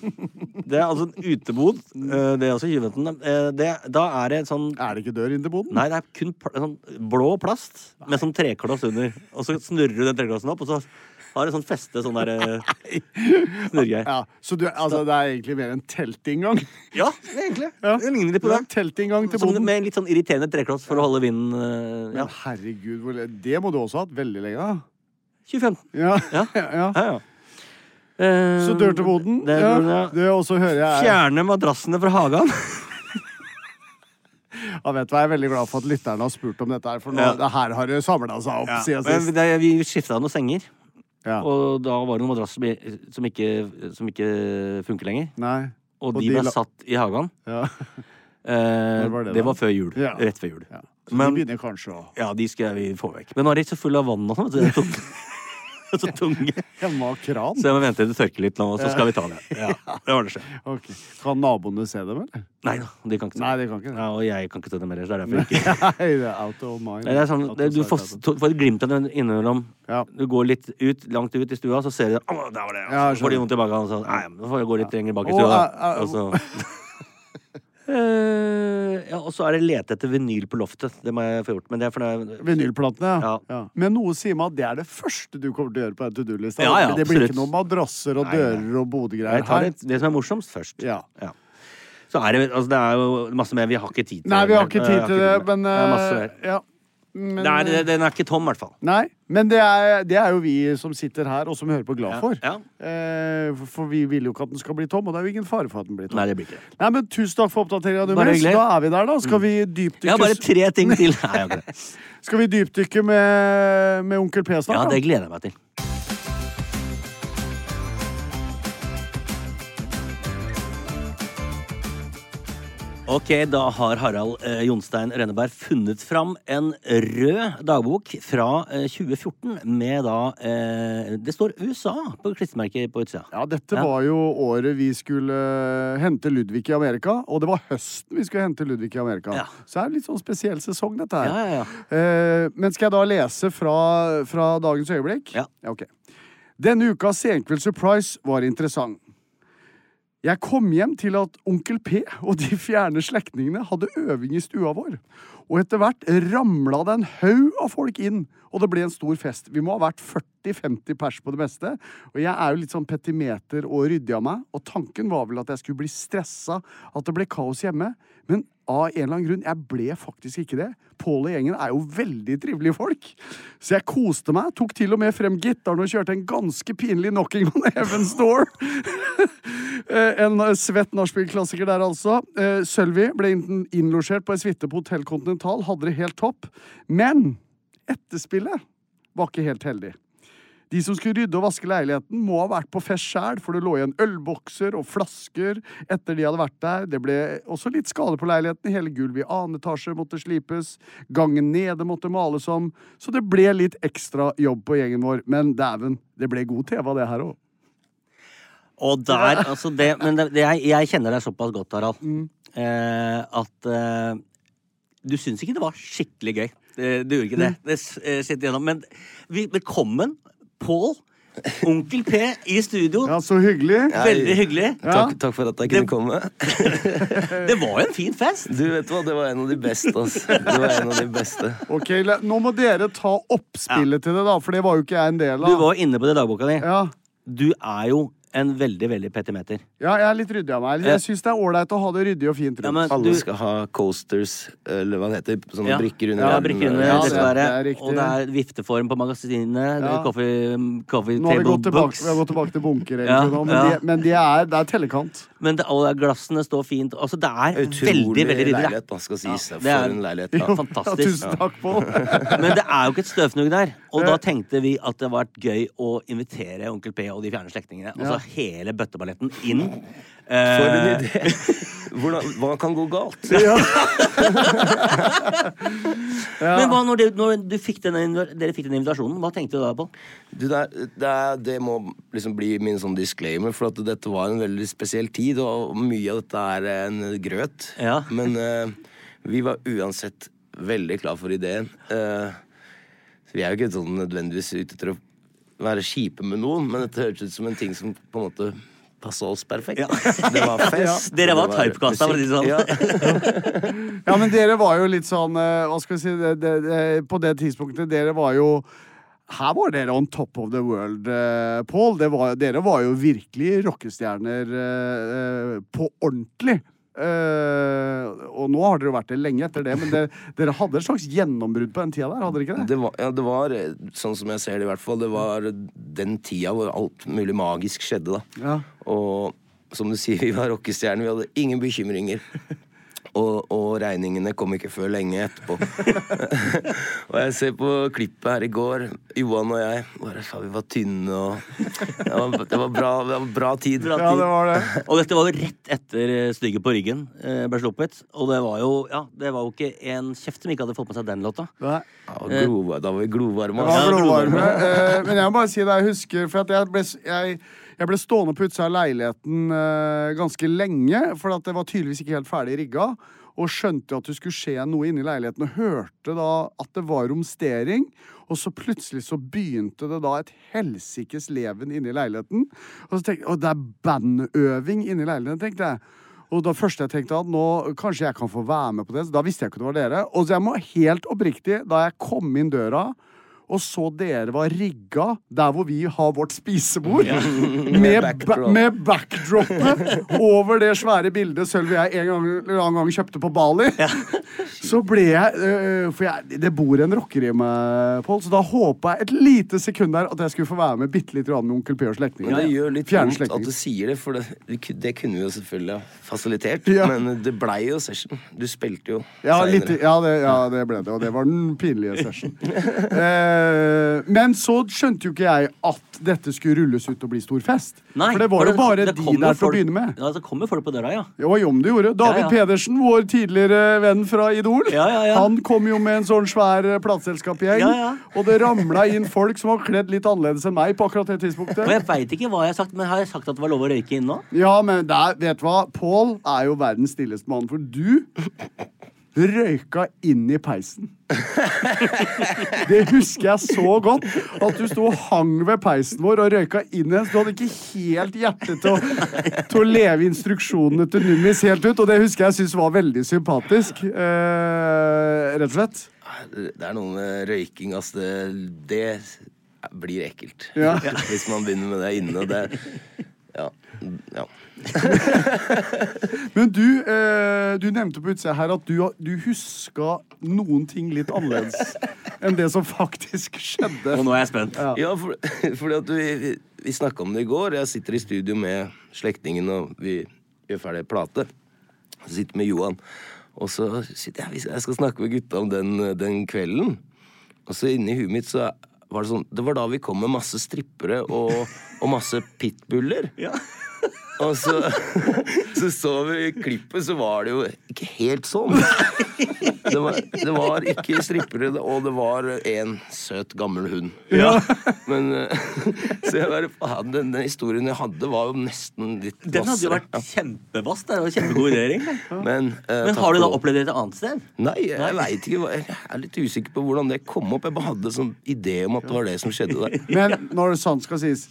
Speaker 3: Det er altså en utebod. eh, Det er også 2015. eh, det- Da er det sånn
Speaker 4: Er det ikke dør inn til boden?
Speaker 3: Nei, det er kun pl sånn blå plast med sånn trekloss under. Og så snurrer du den treklossen opp, og så har det sånn feste sånn der eh, snurrgreier.
Speaker 4: Ja, så du, altså, det er egentlig mer en teltinngang?
Speaker 3: Ja, egentlig.
Speaker 4: Ja.
Speaker 3: Det ligner litt på det.
Speaker 4: Teltinngang til
Speaker 3: Som
Speaker 4: boden.
Speaker 3: med en litt sånn irriterende trekloss for å holde vinden eh,
Speaker 4: Men
Speaker 3: Ja.
Speaker 4: herregud, hvor le- det må du også ha hatt veldig lenge, da.
Speaker 3: 2015.
Speaker 4: Ja.
Speaker 3: Ja.
Speaker 4: ja.
Speaker 3: Ja, ja. Eh,
Speaker 4: Så dør til boden.
Speaker 3: Det,
Speaker 4: Ja.
Speaker 3: ja.
Speaker 4: Det også hører jeg er-
Speaker 3: Eh, Fjerne madrassene fra hagen.
Speaker 4: ja, vet du, hva, Jeg er veldig glad for at lytterne har spurt om dette, her for nå,
Speaker 3: Ja.
Speaker 4: det her har det samla seg opp siden
Speaker 3: Men
Speaker 4: sist.
Speaker 3: det, vi skifta noen senger,
Speaker 4: Ja.
Speaker 3: og da var det noen madrasser som- som ikke, som ikke funker lenger.
Speaker 4: Nei.
Speaker 3: Og,
Speaker 4: Og
Speaker 3: de,
Speaker 4: de la-
Speaker 3: ble satt i hagen.
Speaker 4: Ja.
Speaker 3: Eh,
Speaker 4: Når var det
Speaker 3: det,
Speaker 4: da?
Speaker 3: var før jul.
Speaker 4: Ja.
Speaker 3: Rett før jul.
Speaker 4: Ja. Så
Speaker 3: Men-
Speaker 4: de begynner kanskje å
Speaker 3: Ja, de skal vi få vekk. Men nå er de så fulle av vann og sånn. vet du, det er tunge. Det er Så tunge.
Speaker 4: Hjemme av kran?
Speaker 3: Så jeg må vente til det tørker litt nå, og så skal vi ta det. Ja, det var det skjer.
Speaker 4: Ok. Kan naboene se dem, eller?
Speaker 3: Nei da, de kan ikke
Speaker 4: Nei, de kan ikke det.
Speaker 3: Ja, og jeg kan ikke ta dem heller, så det er derfor jeg ikke
Speaker 4: Nei, det er out of mind.
Speaker 3: Nei, det er sånn,
Speaker 4: Out
Speaker 3: det,
Speaker 4: of
Speaker 3: du
Speaker 4: sight, altså.
Speaker 3: får,
Speaker 4: out of-
Speaker 3: får et glimt av den innimellom.
Speaker 4: Ja.
Speaker 3: Du går litt ut, langt ut i stua, så ser du Å, der var det!
Speaker 4: Ja,
Speaker 3: Ja,
Speaker 4: jeg
Speaker 3: så får de
Speaker 4: skjønner.
Speaker 3: vondt i magen. og så, Nei, men da får jeg gå litt lenger bak i
Speaker 4: Å,
Speaker 3: stua.
Speaker 4: æ, æ,
Speaker 3: Og så Eh, ja, og så er det lete etter vinyl på loftet. Det må jeg få gjort. Men det er for når jeg-
Speaker 4: Vinylplatene, ja.
Speaker 3: Ja.
Speaker 4: ja. Men noe sier meg at det er det første du kommer til å gjøre på den to do-lista.
Speaker 3: Ja, ja,
Speaker 4: det blir ikke
Speaker 3: absolutt.
Speaker 4: noen madrasser og
Speaker 3: Nei, nei.
Speaker 4: dører og bodegreier
Speaker 3: Jeg tar
Speaker 4: her.
Speaker 3: det, det som er morsomst, først.
Speaker 4: Ja.
Speaker 3: Så er det, altså, det er jo masse mer. Vi har ikke tid til
Speaker 4: Nei, vi har ikke
Speaker 3: Jeg
Speaker 4: tid til det,
Speaker 3: har ikke
Speaker 4: men
Speaker 3: Det er masse
Speaker 4: eh,
Speaker 3: mer.
Speaker 4: ja. Men,
Speaker 3: Nei, det- den er ikke tom, i hvert fall.
Speaker 4: Nei, men det er, det er jo vi som sitter her og som hører på glad
Speaker 3: Ja,
Speaker 4: for.
Speaker 3: ja.
Speaker 4: Eh, for- for vi vil jo ikke at den skal bli tom, og det er jo ingen fare for at den blir tom.
Speaker 3: Nei, det blir ikke det.
Speaker 4: Nei, men Tusen takk for oppdateringa, Dummes.
Speaker 3: Bare hyggelig.
Speaker 4: Da er vi der, da. Skal vi dypdykke,
Speaker 3: Jeg har bare tre ting til. Nei, jeg har ikke det.
Speaker 4: skal vi dypdykke med, med Onkel P snart?
Speaker 3: Ja,
Speaker 4: da?
Speaker 3: det gleder jeg meg til. Ok, da har Harald eh, Jonstein Rønneberg funnet fram en rød dagbok fra eh, 2014 med da eh, Det står USA på klistremerket på utsida.
Speaker 4: Ja, dette
Speaker 3: Ja.
Speaker 4: var jo året vi skulle hente Ludvig i Amerika, og det var høsten vi skulle hente Ludvig i Amerika.
Speaker 3: Ja.
Speaker 4: Så det er en litt sånn spesiell sesong, dette her.
Speaker 3: Ja, ja, ja.
Speaker 4: Eh, men skal jeg da lese fra, fra dagens øyeblikk?
Speaker 3: Ja.
Speaker 4: ok. Denne ukas Senkveld Surprise var interessant. Jeg kom hjem til at onkel P og de fjerne slektningene hadde øving i stua vår. Og etter hvert ramla det en haug av folk inn, og det ble en stor fest. Vi må ha vært 40-50 pers på det meste, og jeg er jo litt sånn petimeter og ryddig av meg, og tanken var vel at jeg skulle bli stressa, at det ble kaos hjemme, men av en eller annen grunn, jeg ble faktisk ikke det. Pål og gjengen er jo veldig trivelige folk. Så jeg koste meg, tok til og med frem gitaren og kjørte en ganske pinlig knocking on Heaven's Door. Eh, en eh, svett nachspiel-klassiker der, altså. Eh, Sølvi ble inn- innlosjert på ei suite på Hotell Continental, hadde det helt topp. Men etterspillet var ikke helt heldig. De som skulle rydde og vaske leiligheten, må ha vært på fest sjæl, for det lå igjen ølbokser og flasker etter de hadde vært der. Det ble også litt skade på leiligheten. Hele gulvet i annen etasje måtte slipes. Gangen nede måtte males om. Så det ble litt ekstra jobb på gjengen vår. Men dæven, det ble god TV av det her òg.
Speaker 3: Og der, altså det, men det, det, jeg, jeg kjenner deg såpass godt, Harald,
Speaker 4: Mm.
Speaker 3: eh, at eh, du syns ikke det var skikkelig gøy. Det, du gjorde ikke det.
Speaker 4: Mm.
Speaker 3: det s- eh, sitter gjennom. Men vi, velkommen, Pål, onkel P, i studio.
Speaker 4: Ja, så hyggelig.
Speaker 3: Veldig hyggelig.
Speaker 7: Takk, takk for at jeg kunne
Speaker 3: Det-
Speaker 7: komme.
Speaker 3: Det var jo en fin fest.
Speaker 7: Du vet hva, Det var en av de beste. ass. Det var en av de beste.
Speaker 4: Ok, la- Nå må dere ta oppspillet til det, da, for det var jo ikke jeg en del
Speaker 3: Du
Speaker 4: av.
Speaker 3: var jo inne på det i dagboka di.
Speaker 4: Ja,
Speaker 3: Du er jo en veldig, veldig petimeter.
Speaker 4: ja jeg er litt ryddig av meg. Jeg syns det er ålreit å ha det ryddig og fint rundt.
Speaker 3: Ja, men
Speaker 7: Alle
Speaker 3: du-
Speaker 7: skal ha coasters, eller hva det heter. Sånne
Speaker 3: Ja.
Speaker 7: brikker under eh,
Speaker 3: Ja,
Speaker 7: armen.
Speaker 3: brikker under,
Speaker 4: Ja, det-
Speaker 3: dessverre.
Speaker 4: det er riktig.
Speaker 3: og det er vifteform på magasinene. det er
Speaker 4: Ja.
Speaker 3: Coffee, coffee
Speaker 4: Nå har vi
Speaker 3: table
Speaker 4: gått tilbake,
Speaker 3: books.
Speaker 4: vi har gått tilbake til bunker, egentlig,
Speaker 3: Ja,
Speaker 4: nå, men,
Speaker 3: ja.
Speaker 4: de, men de er, det er tellekant.
Speaker 3: Men det, og glassene står fint. Altså, det er veldig,
Speaker 7: Utrolig
Speaker 3: veldig ryddig.
Speaker 7: leilighet, da, skal sies.
Speaker 3: Ja, det er-
Speaker 7: For en leilighet.
Speaker 3: Ja,
Speaker 7: da.
Speaker 4: Ja,
Speaker 3: fantastisk.
Speaker 4: tusen takk, Pål.
Speaker 3: Men det er jo ikke et støvnugg der. Og da tenkte vi at det hadde vært gøy å invitere Onkel P og de fjerne slektningene, altså hele bøtteballetten, inn. Eh,
Speaker 7: For en idé! Hvordan, hva kan gå galt?
Speaker 3: Men hva, når, du, når du fikk denne, invi- dere fikk den invitasjonen, hva tenkte du da på?
Speaker 7: Du, det, er, det, er, det må liksom bli min sånn disclaimer, for at dette var en veldig spesiell tid, og mye av dette er en grøt.
Speaker 3: Ja.
Speaker 7: Men eh, vi var uansett veldig klar for ideen. Eh, så vi er jo ikke sånn nødvendigvis ute etter å være kjipe med noen, men dette hørtes ut som en ting som på en måte passa oss perfekt. Det var fest.
Speaker 3: Dere var
Speaker 7: det
Speaker 3: typecasta, for å si det sånn.
Speaker 7: musikk. Ja.
Speaker 4: Ja, men dere var jo litt sånn eh, Hva skal vi si det, det, det, På det tidspunktet, dere var jo her var dere on top of the world, eh, Pål. Det var- Dere var jo virkelig rockestjerner eh, eh, på ordentlig. Eh, og nå har dere jo vært det lenge etter det, men det, dere hadde et slags gjennombrudd på den tida der? hadde dere ikke det?
Speaker 7: Det var, ja, det var, eh, sånn som jeg ser det i hvert fall, det var den tida hvor alt mulig magisk skjedde, da.
Speaker 4: Ja.
Speaker 7: Og som du sier, vi var rockestjerner, vi hadde ingen bekymringer. Og, og regningene kom ikke før lenge etterpå. og jeg ser på klippet her i går, Johan og jeg, bare, faen, vi var tynne og Det var, det var, bra, det var bra tid.
Speaker 3: Bra
Speaker 4: Ja, det var det.
Speaker 3: Og dette var jo rett etter eh, Stygge på ryggen eh, ble sluppet. Og det var jo ja, det var jo ikke en kjeft som ikke hadde fått med seg den låta.
Speaker 4: Nei.
Speaker 7: Ja, og glovar- da var vi glovarme.
Speaker 4: Det
Speaker 7: altså.
Speaker 4: var
Speaker 7: ass.
Speaker 4: blodvarme. eh, men jeg må bare si det jeg husker, for at jeg ble, s- jeg, jeg ble stående på utsida av leiligheten eh, ganske lenge, for at det var tydeligvis ikke helt ferdig rigga. Og skjønte jo at det skulle skje noe inni leiligheten, og hørte da at det var romstering. Og så plutselig så begynte det da et helsikes leven inni leiligheten. Og så tenkte jeg, og det er bandøving inni leiligheten, tenkte jeg. Og da første jeg tenkte at nå kanskje jeg kan få være med på det, så da visste jeg ikke det var dere. Og så jeg må helt oppriktig, da jeg kom inn døra og så dere var rigga der hvor vi har vårt spisebord, med, ba
Speaker 7: backdrop.
Speaker 4: med backdroppet over det svære bildet Sølvi og jeg en gang, en annen gang kjøpte på Bali. så ble jeg øh, For jeg, det bor en rocker i meg, Pål, så da håpa jeg et lite sekund der at jeg skulle få være med bitte litt med Onkel P og
Speaker 7: Men
Speaker 4: slektningene.
Speaker 7: det gjør litt
Speaker 4: Fjerne
Speaker 7: vondt at du
Speaker 4: slektningene.
Speaker 7: sier det, for det, vi ku- det kunne vi jo selvfølgelig ha fasilitert.
Speaker 4: Ja.
Speaker 7: Men det blei jo session. Du spilte jo
Speaker 4: Ja, litt,
Speaker 7: senere.
Speaker 4: ja, det, ja, det ble det, og det var den pinlige session. Eh, men så skjønte jo ikke jeg at dette skulle rulles ut og bli stor fest.
Speaker 3: Nei,
Speaker 4: for det var jo bare
Speaker 3: det
Speaker 4: de
Speaker 3: kommer
Speaker 4: der til å
Speaker 3: folk-
Speaker 4: begynne med.
Speaker 3: Ja, det kommer folk på døra, ja.
Speaker 4: Jo, jo, men det gjorde. David
Speaker 3: ja.
Speaker 4: Pedersen, vår tidligere venn fra Idol,
Speaker 3: Ja, ja, ja.
Speaker 4: han kom jo med en sånn svær eh, plateselskapsgjeng.
Speaker 3: Ja, ja.
Speaker 4: Og det ramla inn folk som var kledd litt annerledes enn meg på akkurat det tidspunktet.
Speaker 3: Og jeg veit ikke hva jeg har sagt, men har jeg sagt at det var lov å røyke inne nå?
Speaker 4: Ja, men der, vet du hva? Pål er jo verdens stilleste mann, for du røyka inn i peisen. Det husker jeg så godt. At du sto og hang ved peisen vår og røyka inn i den. så Du hadde ikke helt hjerte til å, til å leve instruksjonene til Nummis helt ut, og det husker jeg syntes var veldig sympatisk. Eh, rett og slett.
Speaker 7: Det er noe med røyking, altså. Det, det blir ekkelt.
Speaker 4: Ja.
Speaker 7: Hvis man begynner med det inne. Det, ja. ja.
Speaker 4: Men du, eh, du nevnte på utsida her at du, du huska noen ting litt annerledes enn det som faktisk skjedde.
Speaker 3: Og nå er jeg spent.
Speaker 7: Ja, for, fordi at vi, vi, vi snakka om det i går. Jeg sitter i studio med slektningen, og vi gjør ferdig en plate. Så sitter jeg med Johan, og så sitter jeg hvis Jeg skal snakke med gutta om den, den kvelden. Og så inni huet mitt så var det sånn Det var da vi kom med masse strippere og, og masse pitbuller. Og så, så så vi klippet, så var det jo ikke helt sånn. Det var, det var ikke strippere, og det var en søt, gammel hund. Men, eh, så jeg bare, faen, den, den historien jeg hadde, var jo nesten litt
Speaker 3: Den hadde jo
Speaker 7: vassere.
Speaker 3: vært kjempevass. Det var en kjempegod vurdering.
Speaker 7: Ja. Men, eh,
Speaker 3: Men
Speaker 7: takk
Speaker 3: har du
Speaker 7: for
Speaker 3: da
Speaker 7: lov.
Speaker 3: opplevd det et annet sted?
Speaker 7: Nei, jeg veit ikke. hva- Jeg er litt usikker på hvordan det kom opp. Jeg bare hadde sånn idé om at det var det som skjedde der.
Speaker 4: Men når det sant skal sies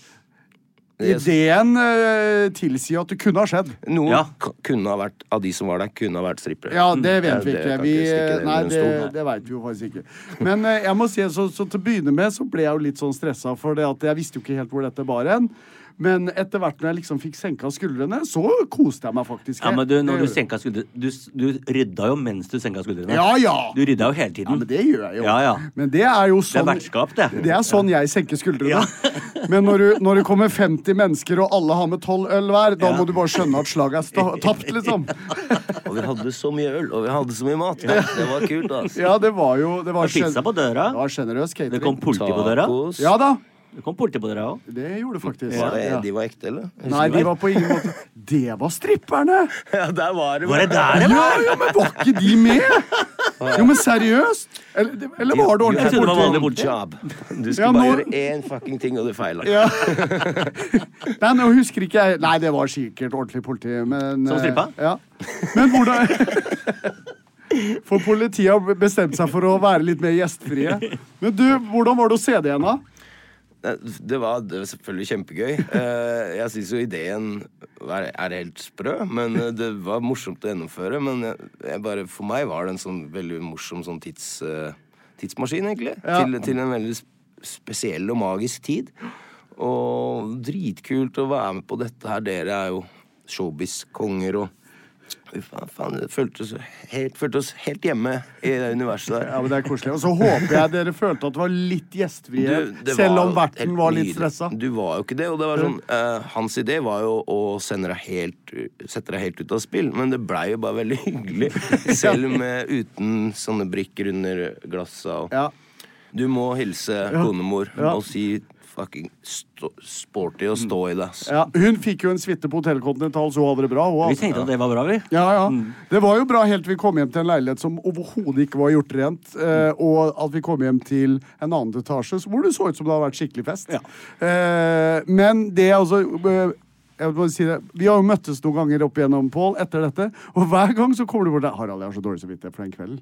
Speaker 7: Yes.
Speaker 4: Ideen eh, tilsier at det kunne ha skjedd.
Speaker 7: Noen
Speaker 3: Ja.
Speaker 7: k- kunne ha vært, av de som var der, kunne ha vært strippere.
Speaker 4: Ja, det vet
Speaker 7: Det-
Speaker 4: vi
Speaker 7: det
Speaker 4: ikke.
Speaker 7: kan
Speaker 4: Vi,
Speaker 7: ikke stikke det under
Speaker 4: nei,
Speaker 7: en
Speaker 4: det,
Speaker 7: stol.
Speaker 4: det vet vi jo faktisk ikke. Men eh, jeg må si, så, så til å begynne med så ble jeg jo litt sånn stressa, for det at jeg visste jo ikke helt hvor dette bar hen. Men etter hvert når jeg liksom fikk senka skuldrene, så koste jeg meg faktisk.
Speaker 3: Ja, men du,
Speaker 4: Det
Speaker 3: når du
Speaker 4: gjorde jeg.
Speaker 3: senka skuldre, du, s- du rydda jo mens du senka skuldrene.
Speaker 4: Ja, ja.
Speaker 3: Du rydda jo hele
Speaker 4: Ja,
Speaker 3: tiden.
Speaker 4: men det gjør jeg jo.
Speaker 3: Ja, ja.
Speaker 4: Men det er jo
Speaker 3: Det
Speaker 4: sånn
Speaker 3: er vertskap, det.
Speaker 4: Det er sånn jeg senker skuldrene. Men når, du, når det kommer 50 mennesker, og alle har med 12 øl hver, da må du bare skjønne at slaget er sta- tapt, liksom.
Speaker 7: Og vi hadde så mye øl, og vi hadde så mye mat. Det var kult, altså.
Speaker 4: Ja, det var jo Det var,
Speaker 3: Og pizza
Speaker 4: skjen-
Speaker 3: på døra.
Speaker 4: det var sjenerøs catering.
Speaker 3: Det kom politi på døra.
Speaker 7: Tacos.
Speaker 4: Ja da,
Speaker 3: Det kom politi på døra òg.
Speaker 4: det gjorde det faktisk.
Speaker 7: Var det,
Speaker 4: Ja.
Speaker 7: De var ekte, eller? Husker
Speaker 4: Nei,
Speaker 7: du
Speaker 4: de
Speaker 7: det?
Speaker 4: var på ingen måte Det var stripperne!
Speaker 7: Ja, der var det
Speaker 3: Var det der,
Speaker 4: Ja,
Speaker 3: eller?
Speaker 4: ja, men var ikke de med? Jo, men seriøst? Eller, eller var det
Speaker 7: You
Speaker 4: ordentlig
Speaker 7: had
Speaker 3: Jeg trodde det var
Speaker 7: one
Speaker 3: vanlig politi.
Speaker 7: job. Du skulle
Speaker 4: Ja,
Speaker 7: bare
Speaker 4: nå-
Speaker 7: gjøre én fucking ting, og du feila.
Speaker 4: Ja. Nei, nå husker ikke jeg Nei, det var sikkert ordentlig politi, men
Speaker 3: Som strippa?
Speaker 4: eh, Ja. Men hvordan For politiet har bestemt seg for å være litt mer gjestfrie. Men du, hvordan var det å se det igjen, da?
Speaker 7: Det var, det var selvfølgelig kjempegøy. Eh, Jeg syns jo ideen er er helt sprø, men eh, det var morsomt å gjennomføre. Men jeg- jeg bare, for meg var det en sånn veldig morsom sånn tids, eh, tidsmaskin, egentlig. Til, til en veldig sp- spesiell og magisk tid. Og dritkult å være med på dette her. Dere er jo showbiz-konger og Fy faen, faen, jeg følte oss helt, følte oss helt hjemme i det universet der.
Speaker 4: Ja, men det er koselig. Og så håper jeg dere følte at det var litt gjestfrie,
Speaker 7: Du, det
Speaker 4: selv
Speaker 7: var
Speaker 4: om
Speaker 7: jo
Speaker 4: verten
Speaker 7: helt
Speaker 4: var litt
Speaker 7: nydelig.
Speaker 4: stressa.
Speaker 7: Du var jo ikke det. Og det var sånn, eh, hans idé var jo å sende deg helt, eh, sette deg helt ut av spill, men det blei jo bare veldig hyggelig. Selv med, uten sånne brikker under glassa. Og.
Speaker 4: Ja.
Speaker 7: Du må hilse konemor og si fucking stå, sporty og stå i det. ass.
Speaker 4: Ja, hun fikk jo en suite på Hotell Continental, så hun hadde det bra. Hun,
Speaker 3: Vi
Speaker 4: altså.
Speaker 3: tenkte at det var bra, vi.
Speaker 4: Ja, ja.
Speaker 3: Mm.
Speaker 4: Det var jo bra helt til vi kom hjem til en leilighet som overhodet ikke var gjort rent, eh,
Speaker 3: Mm.
Speaker 4: og at vi kom hjem til en annen etasje så- hvor det så ut som det hadde vært skikkelig fest. Eh, men det er altså eh, jeg må bare si det. Vi har jo møttes noen ganger opp igjennom, Pål, etter dette. Og hver gang så kommer du bort der. Harald, jeg har så dårlig samvittighet for den kvelden.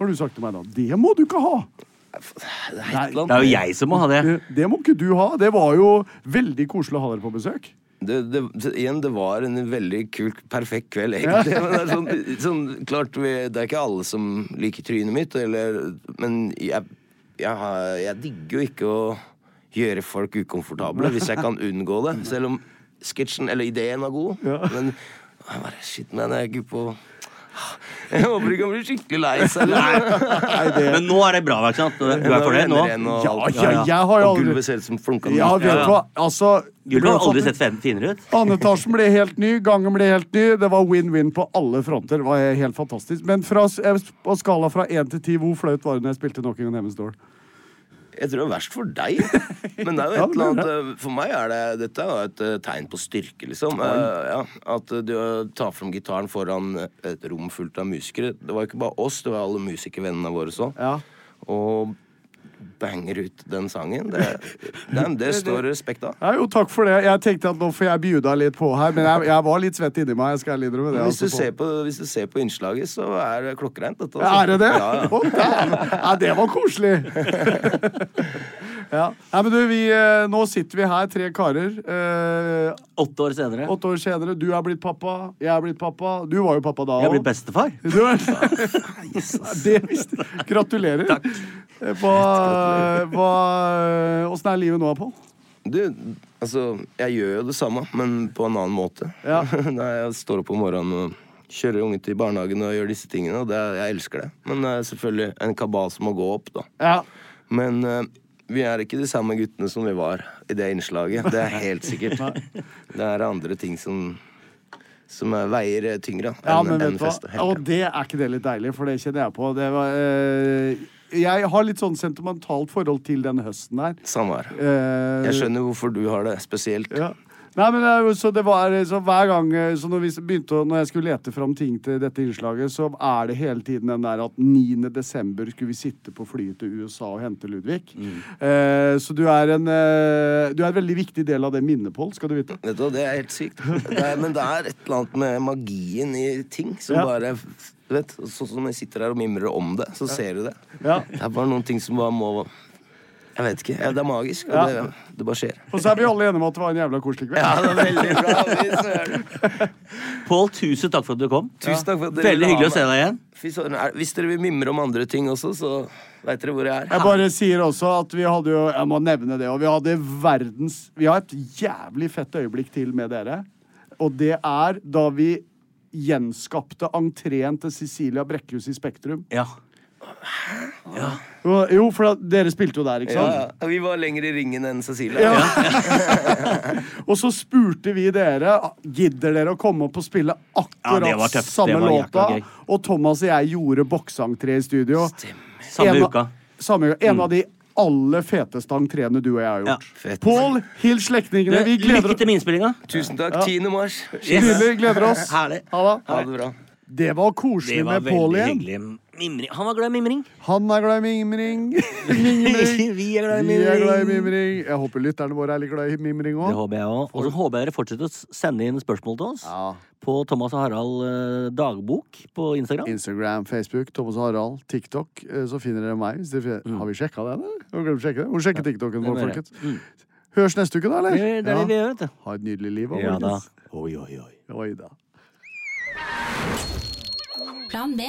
Speaker 4: Har du sagt til meg da? Det må du ikke ha!
Speaker 3: Det er jo jeg som må ha det.
Speaker 4: Eh, Det må ikke du ha. Det var jo veldig koselig å ha dere på besøk.
Speaker 7: det, det, det, igjen, det var en veldig kul, perfekt kveld, egentlig. Men det er sånn, sånn, klart, vi, det er ikke alle som liker trynet mitt, eller, men jeg, jeg, har- jeg digger jo ikke å gjøre folk ukomfortable hvis jeg kan unngå det. Selv om sketsjen, eller ideen, var god. Men jeg bare, shit, man, jeg er ikke på Jeg håper ikke han blir skikkelig lei seg.
Speaker 4: Nei, det
Speaker 3: Men nå er det bra, ikke sant? Du er fornøyd nå?
Speaker 4: Ja, ja, jeg har jo
Speaker 7: Og
Speaker 4: aldri
Speaker 7: gulvet ser ut som flunka
Speaker 4: Ja,
Speaker 7: mynt.
Speaker 4: vet du hva, altså
Speaker 3: Gulvet har aldri sett fin- finere ut.
Speaker 4: Andre etasjen ble helt ny, gangen ble helt ny. Det var win-win på alle fronter. Det var helt fantastisk. Men fra, på skala fra én til ti, hvor flaut var det når jeg spilte Knocking on Heaven's Door?
Speaker 7: Jeg tror det er verst for deg. Men det er jo
Speaker 4: Ja, det er
Speaker 7: et eller annet eh, For meg er det dette er jo et eh, tegn på styrke, liksom. Eh, ja, at eh, du eh, tar fram gitaren foran eh, et rom fullt av musikere. Det var jo ikke bare oss, det var alle musikervennene våre også.
Speaker 4: Ja.
Speaker 7: Og banger ut den sangen. Det, det, det står respekt av.
Speaker 4: Ja, jo, takk for det. Jeg tenkte at nå får jeg bjuda litt på her, men jeg, jeg var litt svett inni meg. Jeg skal innrømme det.
Speaker 7: Men Hvis du,
Speaker 4: altså,
Speaker 7: ser på, hvis du ser på innslaget, så er det klokkereint. dette,
Speaker 4: Ja,
Speaker 7: altså.
Speaker 4: Er det det?
Speaker 7: Ja, ja.
Speaker 4: Å, dæven. ja, det var koselig. ja. Nei, men du, vi, eh, nå sitter vi her, tre karer. Eh,
Speaker 3: Åtte år senere.
Speaker 4: åtte år senere. Du er blitt pappa, jeg er blitt pappa. Du var jo pappa da
Speaker 3: Jeg blir
Speaker 4: også.
Speaker 3: bestefar.
Speaker 4: Du er... det visste jeg. Gratulerer. Takk. Hva, hva, eh, åssen er livet nå, Pål?
Speaker 7: Du, altså, jeg gjør jo det samme, men på en annen måte.
Speaker 4: Ja.
Speaker 7: Nei, jeg står opp om morgenen og kjører ungen til barnehagen og gjør disse tingene, og det, er- jeg elsker det. Men det er selvfølgelig en kabal som må gå opp, da.
Speaker 4: Ja.
Speaker 7: Men eh, vi er ikke de samme guttene som vi var i det innslaget. Det er helt sikkert. Det er andre ting som, som er, veier tyngre
Speaker 4: ja,
Speaker 7: enn
Speaker 4: men
Speaker 7: enn
Speaker 4: vet du
Speaker 7: fest og
Speaker 4: hva?
Speaker 7: helg.
Speaker 4: Og det er ikke det litt deilig, for det kjenner jeg på. Det var, eh, jeg har litt sånn sentimentalt forhold til denne høsten her.
Speaker 7: Samme her.
Speaker 4: Eh,
Speaker 7: Jeg skjønner hvorfor du har det spesielt.
Speaker 4: Ja. Nei, men det er jo- så det var så hver gang eh, så når, vi begynte, å- når jeg skulle lete fram ting til dette innslaget, så er det hele tiden den der at 9. desember skulle vi sitte på flyet til USA og hente Ludvig. Eh, så du er en eh, Du er en veldig viktig del av det minnet, Pål, skal du vite.
Speaker 7: Vet du, hva, Det er helt sykt. Det er, men det er et eller annet med magien i ting som
Speaker 4: Ja.
Speaker 7: bare du vet, Sånn som jeg sitter her og mimrer om det, så ser du det.
Speaker 4: Ja.
Speaker 7: Det er bare noen ting som bare må Jeg vet ikke. Ja, det er magisk. og
Speaker 4: Ja.
Speaker 7: Det, det bare skjer.
Speaker 4: Og så er vi alle enige om at det var en jævla koselig kveld.
Speaker 7: Ja, det er veldig bra. Fy søren.
Speaker 3: Pål, tusen takk for at du kom.
Speaker 7: Tusen takk for at dere ville
Speaker 3: Veldig
Speaker 7: ha
Speaker 3: hyggelig å se
Speaker 7: meg.
Speaker 3: deg igjen.
Speaker 7: Fy søren. Er- Hvis dere vil mimre om andre ting også, så veit dere hvor jeg er.
Speaker 4: Jeg bare sier også at vi hadde jo Jeg må nevne det, og vi hadde verdens Vi har et jævlig fett øyeblikk til med dere. Og det er da vi gjenskapte entreen til Cecilia Brekkhus i Spektrum.
Speaker 3: Ja.
Speaker 4: Jo, jo, for at dere spilte jo der, ikke
Speaker 7: Ja,
Speaker 4: sant?
Speaker 7: ja. Vi var lenger i ringen enn Cecilie.
Speaker 4: Ja. og så spurte vi dere Gidder dere å komme opp og spille akkurat
Speaker 3: Ja, det var tøft.
Speaker 4: samme
Speaker 3: Det var jækla
Speaker 4: låta.
Speaker 3: gøy.
Speaker 4: Og Thomas og jeg gjorde bokseentré i studio.
Speaker 3: Samme
Speaker 4: En av-
Speaker 3: uka. Mm.
Speaker 4: Samme uka. En av de aller feteste entréene du og jeg har gjort.
Speaker 3: Ja.
Speaker 7: Fett.
Speaker 4: Pål, hils slektningene. Vi gleder,
Speaker 3: Lykke til med innspillinga.
Speaker 7: Tusen takk. 10. mars.
Speaker 4: Nydelig, gleder oss.
Speaker 3: Herlig.
Speaker 4: Ha det.
Speaker 7: Ha det bra.
Speaker 4: Det var
Speaker 3: Det
Speaker 4: koselig
Speaker 3: var
Speaker 4: med Pål
Speaker 3: veldig
Speaker 4: igjen.
Speaker 3: hyggelig. Mimring. Han var glad i mimring.
Speaker 4: Han er glad i mimring. mimring.
Speaker 3: Vi er glad i
Speaker 4: Vi er glad i
Speaker 3: mimring.
Speaker 4: mimring. Jeg håper lytterne våre er litt glad i mimring
Speaker 3: Det
Speaker 4: òg.
Speaker 3: håper jeg òg. Og så håper jeg dere fortsetter å s- sende inn spørsmål til oss på Thomas og Harald eh, dagbok på Instagram.
Speaker 4: Instagram, Facebook, Thomas og Harald, TikTok. eh, Så finner dere meg. Hvis dere finner... Har vi sjekka det, eller? Har vi glemt å sjekke det? Må sjekke TikToken vår,
Speaker 3: Mm. må dere.
Speaker 4: folkens. Høres neste uke, da, eller?
Speaker 3: Det er det vi gjør, vet du.
Speaker 4: Ha et nydelig liv. da,
Speaker 3: Ja da.
Speaker 4: folkens.
Speaker 3: Oi, oi, oi.
Speaker 4: Oi da.
Speaker 8: Plan B.